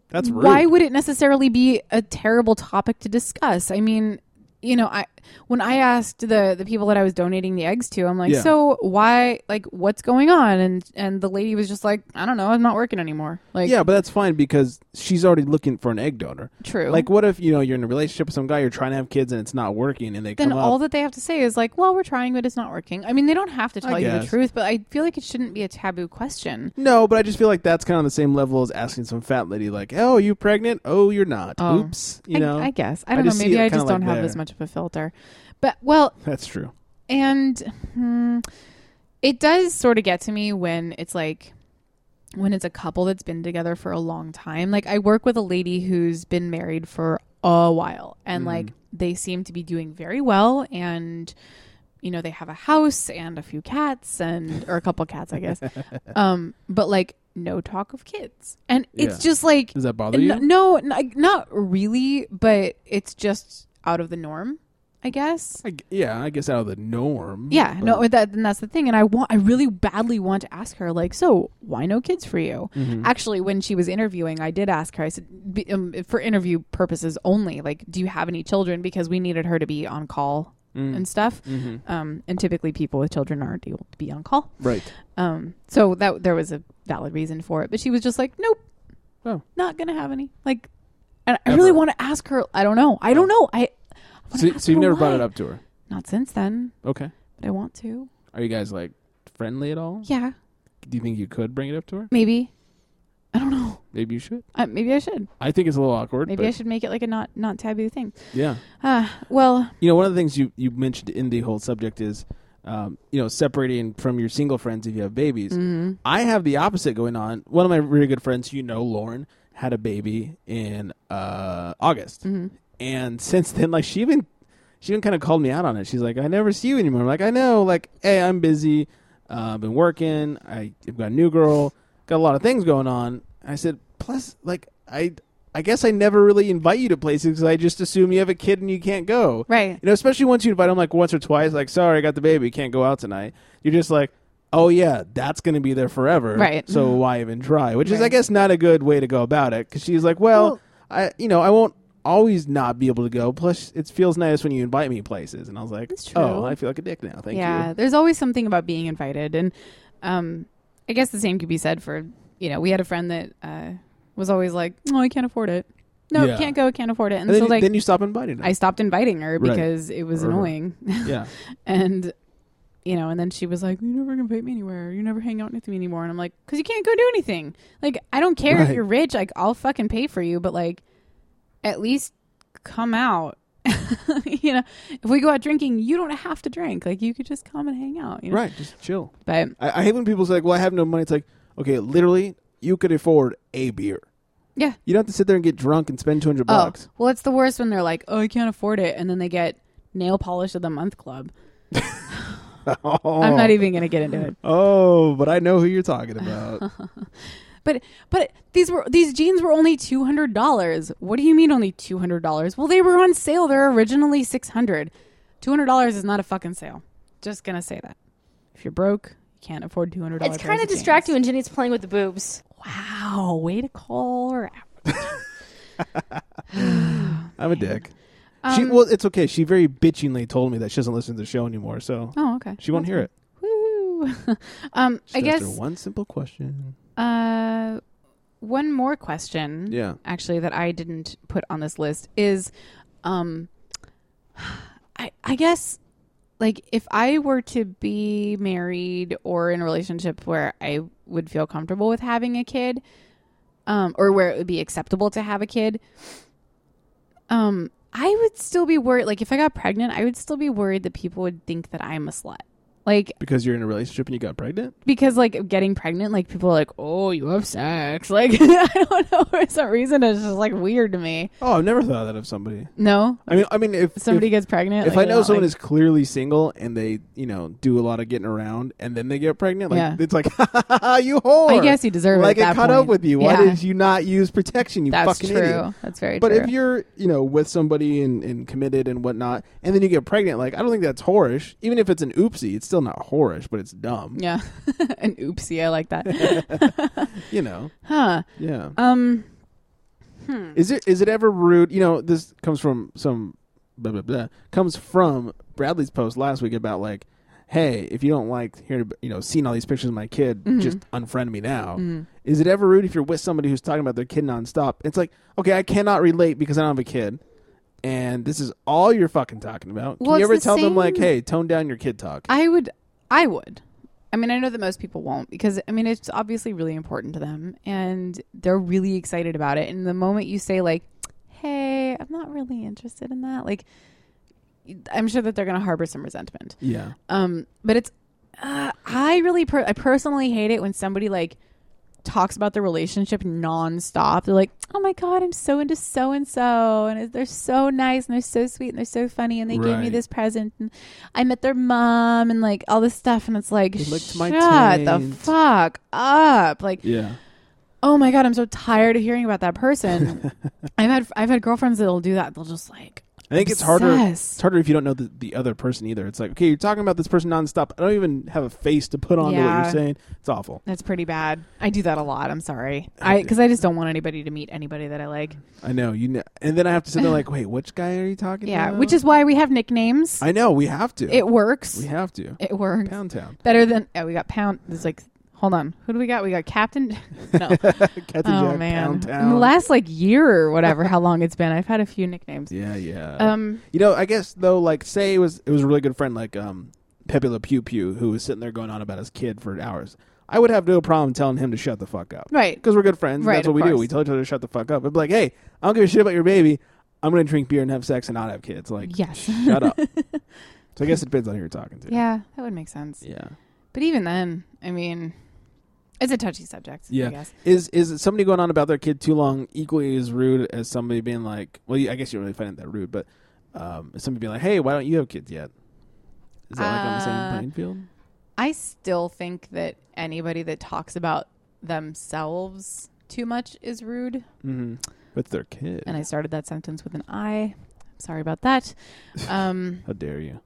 B: That's rude.
A: why would it necessarily be a terrible topic to discuss? I mean, you know, I when I asked the the people that I was donating the eggs to, I'm like,
B: Yeah.
A: so why, like, what's going on? And and the lady was just like, I don't know, I'm not working anymore. Like,
B: Yeah, but that's fine because she's already looking for an egg donor.
A: True.
B: Like, what if you know you're in a relationship with some guy, you're trying to have kids, and it's not working, and they
A: then
B: come
A: all
B: up.
A: that they have to say is like, well, we're trying, but it's not working. I mean, they don't have to tell you the
B: guess.
A: truth, but I feel like it shouldn't be a taboo question.
B: no, but I just feel like that's kind of on the same level as asking some fat lady, like, "Oh, you pregnant? Oh, you're not.
A: Oh.
B: Oops." You
A: I,
B: know.
A: I guess I don't know.
B: just see
A: Maybe
B: it
A: I
B: kinda
A: just
B: like
A: don't have
B: there.
A: as much of a filter. But well,
B: That's true.
A: and hmm, it does sort of get to me when it's like when it's a couple that's been together for a long time like i work with a lady who's been married for a while
B: Mm-hmm.
A: and like they seem to be doing very well and you know they have a house and a few cats and or a couple cats i guess um but like no talk of kids and it's
B: Yeah.
A: just like
B: Does that bother you?
A: N- no, n- like, not really but it's just out of the norm i guess
B: I g yeah, I guess out of the norm.
A: yeah,
B: but-
A: no, that and that's the thing. And I want, I really badly want to ask her, like, so why no kids for you?
B: Mm-hmm.
A: Actually, when she was interviewing, I did ask her. I said, "Be- um, for interview purposes only, like, do you have any children? Because we needed her to be on call
B: Mm-hmm. Mm.
A: and stuff. Um, and typically, people with children aren't able to be on call.
B: Right.
A: Um, so that there was a valid reason for it, but she was just like, nope,
B: Oh.
A: not gonna have any. Like, and I really
B: Ever. Oh.
A: want to ask her. I don't know. I don't know. I
B: So, so you've
A: her
B: never brought
A: why.
B: it up to her.
A: not since then,
B: Okay.
A: but I want to.
B: Are you guys like friendly at all?
A: Yeah,
B: Do you think you could bring it up to her?
A: maybe. I don't know.
B: Maybe you should.
A: Uh, maybe I should.
B: I think it's a little awkward.
A: Maybe
B: but
A: I should make it like a not not taboo thing.
B: Yeah.
A: Uh, well,
B: You know, one of the things you, you mentioned in the whole subject is, um, you know, separating from your single friends if you have babies.
A: Mm-hmm.
B: I have the opposite going on. One of my really good friends, you know, Lauren, had a baby in uh, August,
A: Mm-hmm.
B: and since then, like she even she even kind of called me out on it. She's like, "I never see you anymore." I'm like, "I know. Like, hey, I'm busy. Uh, I've been working. I, I've got a new girl. Got a lot of things going on." I said, "Plus, like, I." I guess I never really invite you to places because I just assume you have a kid and you can't go.
A: Right.
B: You know, especially once you invite them like once or twice, like, sorry, I got the baby, can't go out tonight. You're just like, oh yeah, that's going to be there forever.
A: Right. Mm-hmm.
B: So why even try? Which is, I
A: Right.
B: guess, not a good way to go about it because she's like, well, I, you know, I won't always not be able to go. Plus, it feels nice when you invite me places. And I was like, oh,
A: true.
B: I feel like a dick now. Thank
A: yeah.
B: you.
A: There's always something about being invited, and um, I guess the same could be said for you know we had a friend that uh, was always like, oh, I can't afford it. No,
B: Yeah.
A: can't go. Can't afford it. And,
B: And then,
A: so
B: you-
A: like
B: then you stop inviting them.
A: I stopped inviting her
B: Right.
A: because it was
B: Or her.
A: annoying,
B: yeah.
A: and you know, and then she was like, you never invite me anywhere. You never hang out with me anymore. And I'm like, because you can't go do anything. Like I don't care if
B: Right.
A: you're rich. Like I'll fucking pay for you, but like at least come out. you know, if we go out drinking, you don't have to drink. Like you could just come and hang out. You know?
B: Right. Just chill.
A: But
B: I, I hate when people say, like, well, I have no money. It's like, okay, literally, you could afford a beer.
A: yeah.
B: You don't have to sit there and get drunk and spend 200
A: Oh,
B: bucks.
A: well, it's the worst when they're like, "Oh, I can't afford it," and then they get nail polish of the month club. I'm not even going to get into it.
B: Oh, but I know who you're talking about.
A: But but these were these jeans were only two hundred dollars. What do you mean only two hundred dollars? Well, they were on sale. They're originally six hundred. Two hundred dollars is not a fucking sale. Just gonna say that. If you're broke, you can't afford two hundred dollars.
K: It's kind of distracting when Jenny's playing with the boobs.
A: Wow, way to call her out.
B: I'm a dick.
A: Um,
B: she well, it's okay. She very bitchingly told me that she doesn't listen to the show anymore, so
A: Oh, okay.
B: she won't hear it.
A: Woo. um, I
B: Just
A: guess
B: asked her one simple question.
A: Uh, one more question.
B: Yeah.
A: Actually, that I didn't put on this list is, um, I I guess like if I were to be married or in a relationship where I would feel comfortable with having a kid, um, or where it would be acceptable to have a kid, um, I would still be worried. Like if I got pregnant, I would still be worried that people would think that I'm a slut. Like
B: Because you're in a relationship and you got pregnant?
A: because like getting pregnant, like people are like, "Oh, you have sex." Like I don't know for some reason it's just like weird to me.
B: Oh, I've never thought of that of somebody.
A: No,
B: I mean I mean if
A: somebody
B: if,
A: gets pregnant.
B: if
A: like,
B: I know
A: not,
B: someone
A: like-
B: is clearly single and they, you know, do a lot of getting around and then they get pregnant, like
A: Yeah.
B: it's like, you whore.
A: I guess you deserve it
B: like
A: at
B: I
A: that
B: caught up
A: point.
B: with you. Why
A: Yeah.
B: did you not use protection? You
A: that's
B: fucking
A: true.
B: idiot.
A: That's very
B: But
A: true.
B: if you're, you know, with somebody and, and committed and whatnot, and then you get pregnant, like I don't think that's whorish. Even if it's an oopsie, it's still not whorish, but it's dumb.
A: yeah, an oopsie, I like that.
B: You know.
A: huh?
B: Yeah.
A: Um,
B: Is it is it ever rude? You know, this comes from some blah blah blah. Comes from Bradley's post last week about like, hey, if you don't like hearing you know seeing all these pictures of my kid,
A: Mm-hmm.
B: just unfriend me now. Is it ever rude if you're with somebody who's talking about their kid nonstop? It's like, okay, I cannot relate because I don't have a kid, and this is all you're fucking talking about. Can
A: Well,
B: you
A: it's
B: ever
A: the
B: tell them like,
A: same-
B: hey, tone down your kid talk?
A: I would. I would. I mean, I know that most people won't because I mean it's obviously really important to them, and they're really excited about it. And the moment you say like, "Hey, I'm not really interested in that," like, I'm sure that they're going to harbor some resentment.
B: yeah,
A: Um, but it's uh, I really per- I personally hate it when somebody like talks about their relationship nonstop. They're like, "Oh my god, I'm so into so and so, and they're so nice, and they're so sweet, and they're so funny, and they gave me
B: Right.
A: this present, and I met their mom, and like all this stuff." And it's like,
B: They licked
A: "Shut
B: my
A: the
B: taint."
A: fuck up!" Like,
B: yeah.
A: oh my god, I'm so tired of hearing about that person. I've had I've had girlfriends that'll do that. They'll just like,
B: I think it's harder.
A: Obsessed.
B: It's harder if you don't know the, the other person either. It's like, okay, you're talking about this person nonstop. I don't even have a face to put on to what
A: Yeah.
B: you're saying. It's awful.
A: "That's pretty bad." I do that a lot. I'm sorry, I because I just don't want anybody to meet anybody that I like.
B: I know you. Know, and then I have to sit there like, wait, which guy are you talking?
A: Yeah,
B: about?
A: which is why we have nicknames.
B: I know we have to.
A: it works.
B: we have to.
A: it works.
B: Pound Town,
A: Better than oh, we got pound. It's like hold on, who do we got? We got Captain. no,
B: Captain
A: oh
B: Jack,
A: man,
B: Pound
A: in
B: Town.
A: the last like year or whatever, how long it's been, I've had a few nicknames.
B: yeah, yeah.
A: Um,
B: you know, I guess though, like, say it was it was a really good friend, like um, Pepe Le Pew Pew, who was sitting there going on about his kid for hours. I would have no problem telling him to shut the fuck up.
A: right.
B: because we're good friends. and
A: Right,
B: that's
A: of
B: what we do.
A: course.
B: We tell each other to shut the fuck up. I'd be like, hey, I don't give a shit about your baby. I'm gonna drink beer and have sex and not have kids. Like,
A: Yes.
B: shut up. So I guess it depends on who you're talking to.
A: Yeah, that would make sense.
B: yeah,
A: But even then, I mean, it's a touchy subject. I
B: yeah.
A: guess.
B: Is is somebody going on about their kid too long equally as rude as somebody being like, well, you- I guess you don't really find it that rude, but um, somebody being like, hey, why don't you have kids yet? Is that like on the
A: Uh,
B: same playing field?
A: I still think that anybody that talks about themselves too much is rude.
B: Mm-hmm. With their kid,
A: And I started that sentence with an I. Sorry about that. Um.
B: how dare you?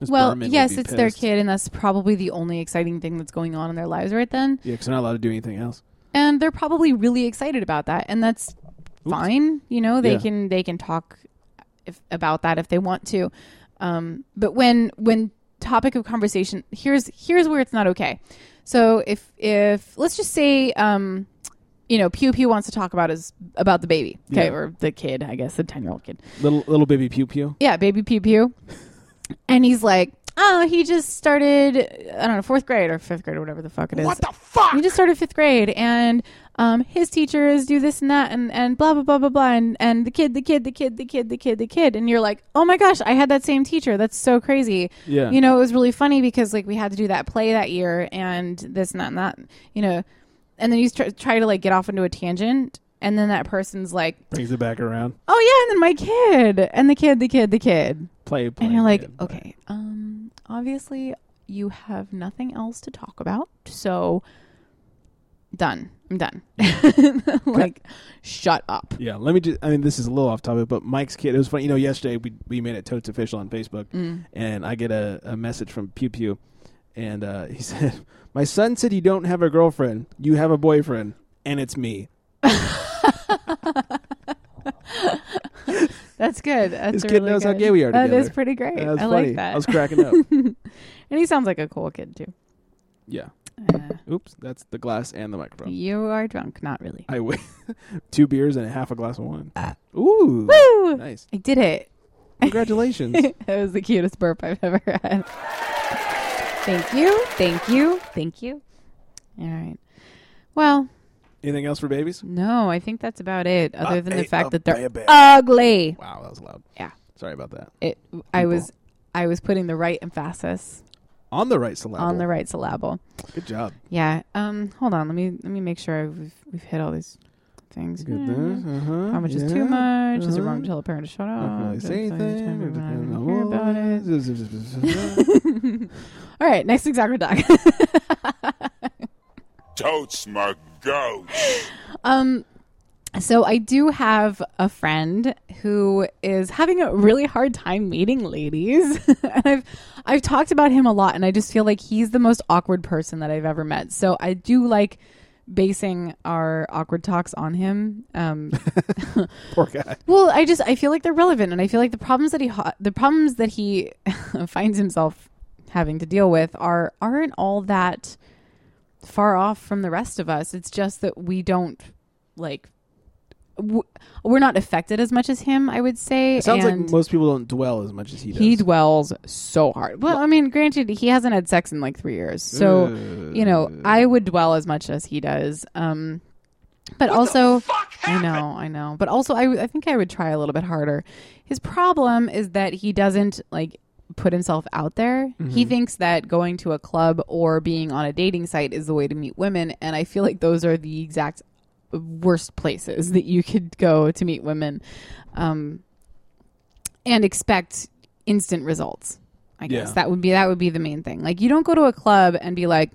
B: Miss
A: well,
B: Berman would
A: yes,
B: be
A: it's their
B: pissed.
A: kid, and that's probably the only exciting thing that's going on in their lives right then.
B: Yeah, because they're not allowed to do anything else.
A: And they're probably really excited about that, and that's fine. You know, they
B: Yeah.
A: can they can talk if, about that if they want to. Um, but when when topic of conversation here's here's where it's not okay. So if if let's just say um, you know Pew Pew wants to talk about his about the baby, okay,
B: Yeah.
A: or the kid, I guess the ten year old kid.
B: Little little baby pew pew.
A: Yeah, baby pew pew. and he's like, oh, he just started, I don't know, fourth grade or fifth grade or whatever the fuck it is. What the fuck? He just started fifth grade and um, his teachers do this and that and, and blah, blah, blah, blah, blah. And, and the kid, the kid, the kid, the kid, the kid, the kid. And you're like, oh my gosh, I had that same teacher. That's so crazy.
B: Yeah.
A: You know, it was really funny because like we had to do that play that year and this and that and that, you know. And then you tr- try to like get off into a tangent. And then that person's like,
B: Brings it back around.
A: oh yeah, and then my kid and the kid, the kid, the kid
B: play, play
A: and you're like,
B: kid, play.
A: okay, um, obviously you have nothing else to talk about. So done. I'm done. like shut up.
B: Yeah, let me just. I mean, this is a little off topic, but Mike's kid. It was funny. You know, yesterday we we made it totes official on Facebook,
A: Mm.
B: and I get a, a message from Pew Pew, and uh, he said, "My son said you don't have a girlfriend. You have a boyfriend, and it's me."
A: That's good. That's
B: This kid
A: really
B: knows how
A: good.
B: gay we are
A: That is
B: together.
A: pretty great.
B: That was
A: I
B: funny.
A: like that.
B: I was cracking up.
A: and he sounds like a cool kid too. Uh,
B: Yeah. Oops, that's the glass and the microphone.
A: You are drunk, not really.
B: I wait. Two beers and a half a glass of wine. Ooh,
A: Ah. Woo!
B: nice.
A: I did it.
B: Congratulations.
A: that was the cutest burp I've ever had. Thank you. Thank you. Thank you. All right. Well,
B: Anything else for babies?
A: no, I think that's about it. Other than the
B: Update
A: fact
B: of
A: that they're
B: baby.
A: ugly.
B: Wow, that was loud.
A: Yeah.
B: Sorry about that.
A: It. I was. I was putting the right emphasis
B: On the right syllable.
A: on the right syllable.
B: Good job.
A: Yeah. Um. Hold on. Let me let me make sure we've we've hit all these things.
B: Look at this. Uh-huh.
A: Mm-hmm. How much is
B: Yeah.
A: too much? Is it
B: Uh-huh.
A: wrong to tell a parent to shut up?
B: Not really say
A: Is it
B: anything.
A: too much? I
B: Don't
A: don't care about it.
B: know.
A: All right. Next exact doc.
L: Totes my goats.
A: um. So I do have a friend who is having a really hard time meeting ladies. and I've I've talked about him a lot and I just feel like he's the most awkward person that I've ever met. So I do like basing our awkward talks on him. Um
B: Poor guy.
A: Well, I just I feel like they're relevant, and I feel like the problems that he ha- the problems that he finds himself having to deal with are aren't all that far off from the rest of us. It's just that we don't like w- we're not affected as much as him. I would say.
B: It sounds
A: and
B: like most people don't dwell as much as he does.
A: he dwells so hard. Well, I mean, granted, he hasn't had sex in like three years, so
B: Uh.
A: you know, I would dwell as much as he does. Um, but also, I know, I know. But also, I, w- I think I would try a little bit harder. His problem is that he doesn't like put himself out there. He
B: Mm-hmm.
M: Mhm.
A: thinks that going to a club or being on a dating site is the way to meet women, and I feel like those are the exact worst places that you could go to meet women. Um, and expect instant results. I guess
M: Yeah.
A: that would be that would be the main thing. Like you don't go to a club and be like,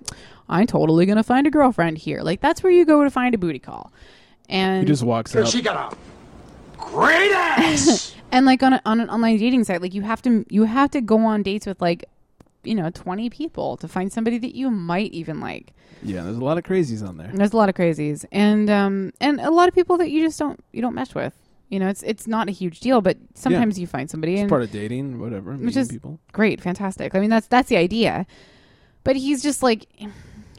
A: I'm totally gonna find a girlfriend here. Like that's where you go to find a booty call. And
B: He just walks out.
F: got a great ass.
A: and like on, a, on an online dating site, like you have to you have to go on dates with like you know twenty people to find somebody that you might even like.
B: Yeah, there's a lot of crazies on there.
A: There's a lot of crazies, and um, and a lot of people that you just don't you don't mesh with. You know, it's it's not a huge deal, but sometimes you find somebody.
B: It's
A: and
B: part of dating, whatever.
A: which
B: meeting
A: is
B: people.
A: great, fantastic. I mean, that's that's the idea. But he's just like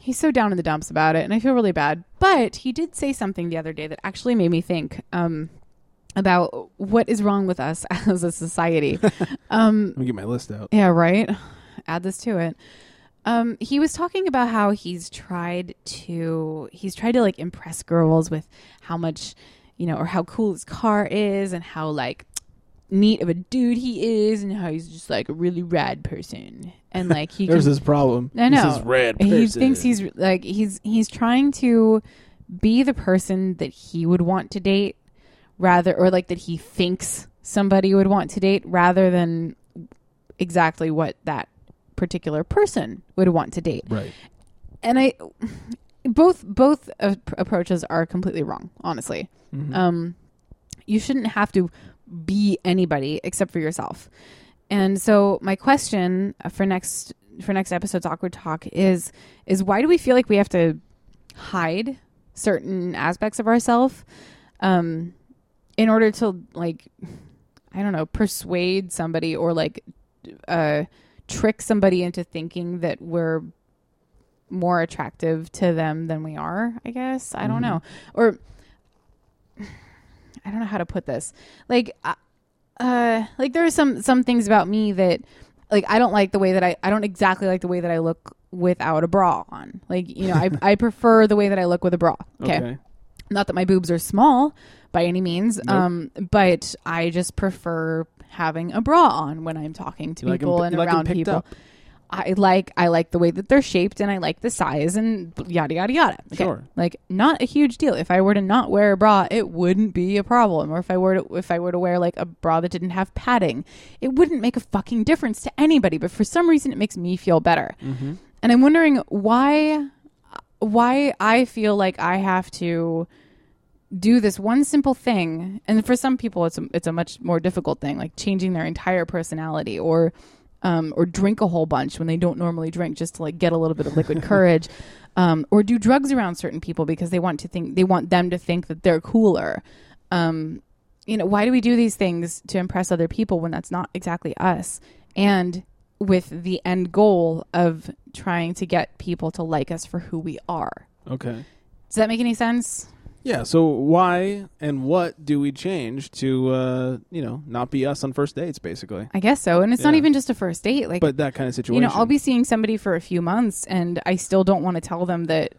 A: he's so down in the dumps about it, and I feel really bad. But he did say something the other day that actually made me think um, about what is wrong with us as a society. um,
B: Let me get my list out.
A: yeah, right. Add this to it. Um, he was talking about how he's tried to he's tried to like impress girls with how much you know or how cool his car is and how like neat of a dude he is and how he's just like a really rad person and like he
B: There's
A: can-
B: his problem.
A: I
B: He's
A: know
B: this rad
A: He
B: person.
A: thinks he's like he's he's trying to be the person that he would want to date rather or like that he thinks somebody would want to date rather than exactly what that particular person would want to date.
B: Right.
A: And I both both a- approaches are completely wrong, honestly.
M: Mhm.
A: Um you shouldn't have to be anybody except for yourself. And so my question for next for next episode's awkward talk is is why do we feel like we have to hide certain aspects of ourselves um in order to like I don't know, persuade somebody or like uh trick somebody into thinking that we're more attractive to them than we are, I guess. I don't
M: Mhm.
A: know. Or I don't know how to put this. Like uh, uh like there are some some things about me that like I don't like the way that I I don't exactly like the way that I look without a bra on. Like, you know, I I prefer the way that I look with a bra.
B: Okay.
A: Not that my boobs are small by any means,
B: Nope.
A: um, but I just prefer having a bra on when I'm talking to
B: You like 'em-
A: people
B: you
A: and
B: like 'em
A: around
B: picked
A: people.
B: up.
A: I like I like the way that they're shaped and I like the size and yada yada yada. Okay.
M: Sure.
A: Like not a huge deal. If I were to not wear a bra, it wouldn't be a problem. Or if I were to if I were to wear like a bra that didn't have padding, it wouldn't make a fucking difference to anybody. But for some reason it makes me feel better.
F: Mm-hmm.
A: And I'm wondering why why I feel like I have to do this one simple thing and for some people it's a, it's a much more difficult thing like changing their entire personality or um, or drink a whole bunch when they don't normally drink just to like get a little bit of liquid courage um, or do drugs around certain people because they want to think they want them to think that they're cooler um, you know why do we do these things to impress other people when that's not exactly us and with the end goal of trying to get people to like us for who we are
B: Okay.
A: does that make any sense
B: Yeah. So why and what do we change to uh, you know not be us on first dates, basically?
A: I guess so. And it's not
B: Yeah.
A: even just a first date. Like,
B: But that kind of
A: you
B: situation.
A: know, I'll be seeing somebody for a few months, and I still don't want to tell them that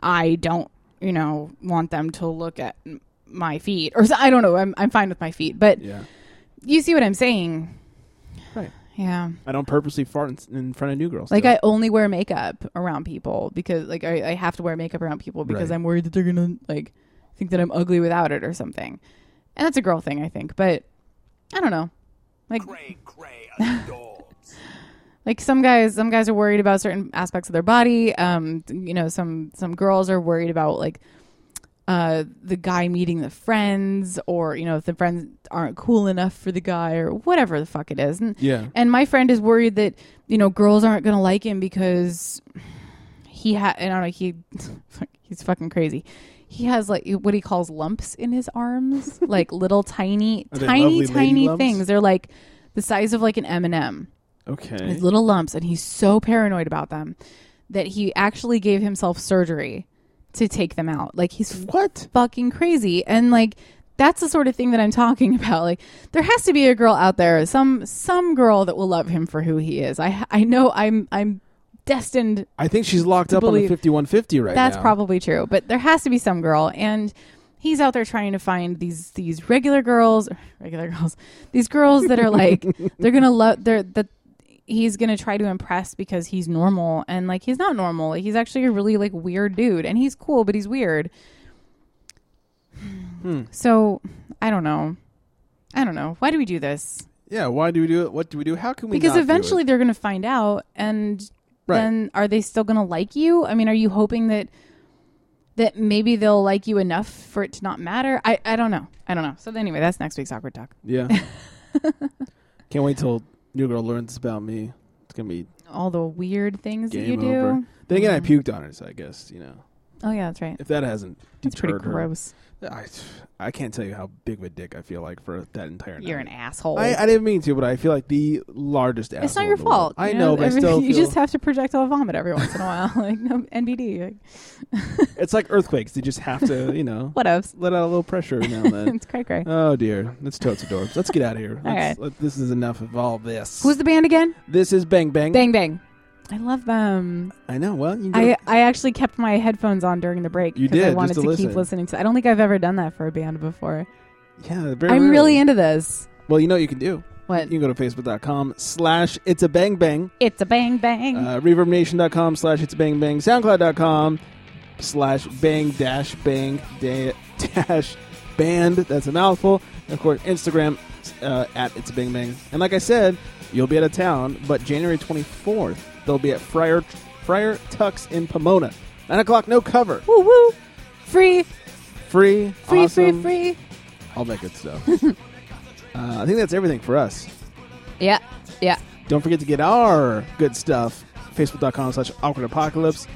A: I don't, you know, want them to look at m- my feet, or so- I don't know. I'm I'm fine with my feet, but
B: Yeah.
A: you see what I'm saying,
B: right?
A: Yeah.
B: I don't purposely fart in, in front of new girls.
A: Like
B: still.
A: I only wear makeup around people because like I, I have to wear makeup around people because I'm
B: Right.
A: worried that they're gonna like think that I'm ugly without it or something. And that's a girl thing I think, but I don't know. Like like some guys some guys are worried about certain aspects of their body. Um you know, some some girls are worried about like uh the guy meeting the friends or you know if the friends aren't cool enough for the guy or whatever the fuck it is and
F: Yeah.
A: and my friend is worried that you know girls aren't gonna like him because he ha I don't know he he's fucking crazy. He has like what he calls lumps in his arms, like little tiny,
B: Are they
A: tiny,
B: lovely lady
A: tiny
B: lumps?
A: things. They're like the size of like an M and M.
B: Okay.
A: His little lumps, and he's so paranoid about them that he actually gave himself surgery to take them out. Like he's
B: what
A: fucking crazy, and like that's the sort of thing that I'm talking about. Like there has to be a girl out there, some some girl that will love him for who he is. I I know I'm I'm destined
B: I think she's locked
A: to
B: up on the
A: believe-
B: 5150 right
A: that's
B: now.
A: probably true, but there has to be some girl, and he's out there trying to find these these regular girls, regular girls, these girls that are like they're gonna love they're that he's gonna try to impress because he's normal, and like he's not normal. Like, he's actually a really like weird dude, and he's cool, but he's weird.
B: Hmm.
A: So I don't know, I don't know. Why do we do this?
B: Yeah. Why do we do it? What do we do? How can we?
A: because
B: not do it?
A: eventually they're going to find out and
B: Right.
A: then are they still going to like you i mean are you hoping that that maybe they'll like you enough for it to not matter i i don't know i don't know so anyway that's next week's awkward talk
B: Yeah. Can't wait till new girl learns about me. It's gonna be
A: all the weird things that you
B: game
A: do Mm-hmm.
B: over. Then again, I puked on her, so I guess you know.
A: oh yeah that's right
B: If that hasn't,
A: That's pretty
B: deterred her-
A: gross.
B: I, I can't tell you how big of a dick I feel like for that entire.
A: You're
B: night.
A: an asshole.
B: I, I didn't mean to, but I feel like the largest asshole.
A: it's not
B: in
A: your
B: the world.
A: fault
B: I
A: you
B: know, but I
A: Every-
B: still
A: you
B: feel-
A: just have to projectile vomit every once in a while like no nbd like,
B: It's like earthquakes. They just have to, you know,
A: what else
B: let out a little pressure every now and then.
A: It's cray-cray.
B: Oh dear, that's totes adorbs. Let's get out of here.
A: All right.
B: Let's- let- this is enough of all this.
A: who's the band again
B: This is Bang Bang.
A: bang bang i love them
B: I know. Well, you,
A: I,
B: go-
A: I actually kept my headphones on during the break
B: You
A: because I
B: did,
A: wanted
B: just
A: to
B: to
A: keep
B: listen.
A: listening to. I don't think I've ever done that for a band before.
B: yeah.
A: I'm
B: Very
A: really
B: rarely.
A: into this.
B: Well, you know what you can do.
A: What?
B: You can go to facebook.com/slash it's a bang bang.
A: It's a bang bang.
B: Uh, ReverbNation.com slash It's Bang Bang. SoundCloud.com slash Bang dash Bang da- dash Band. That's a mouthful. And of course, Instagram uh, at It's Bang Bang. And like I said, you'll be out of town, but January 24th, they'll be at Friar, Friar Tucks in Pomona. 9 o'clock, no cover.
A: woo woo, free,
B: Free,
A: free,
B: awesome,
A: free, free.
B: All that good stuff. uh, I think that's everything for us.
A: Yeah, yeah.
B: Don't forget to get our good stuff. Facebook.com slash awkward apocalypse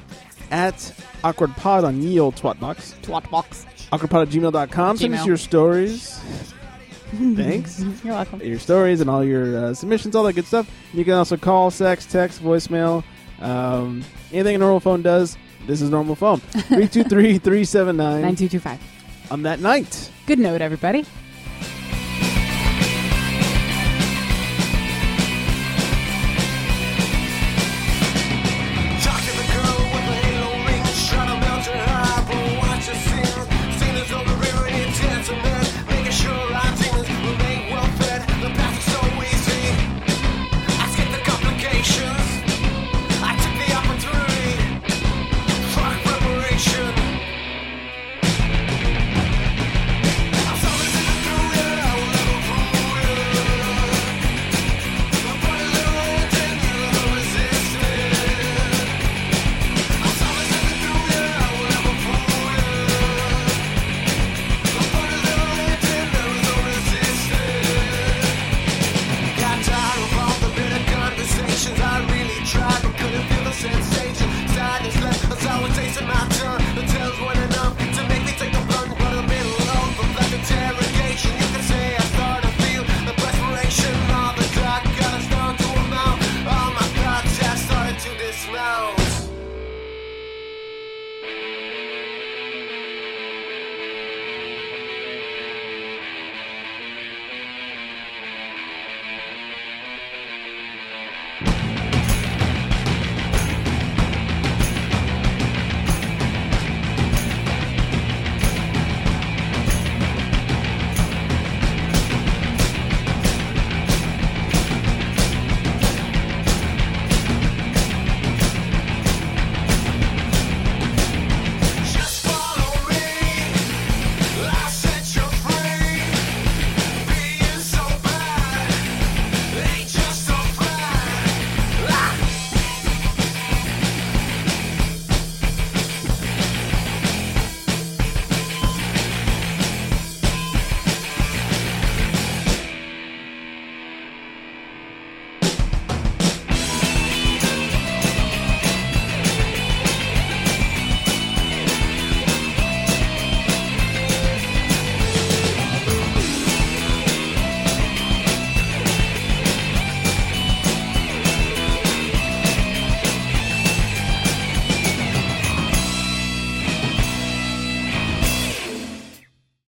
B: at awkward pod on ye old twat box.
A: Twat box.
B: Awkwardpod at gmail.com. Send us
A: Gmail.
B: your stories. Thanks.
A: You're welcome.
B: Your stories and all your uh, submissions, all that good stuff. You can also call, sex, text, voicemail, um, anything a normal phone does. This is normal phone. 323 379
A: 9225.
B: On that night.
A: Good note, everybody.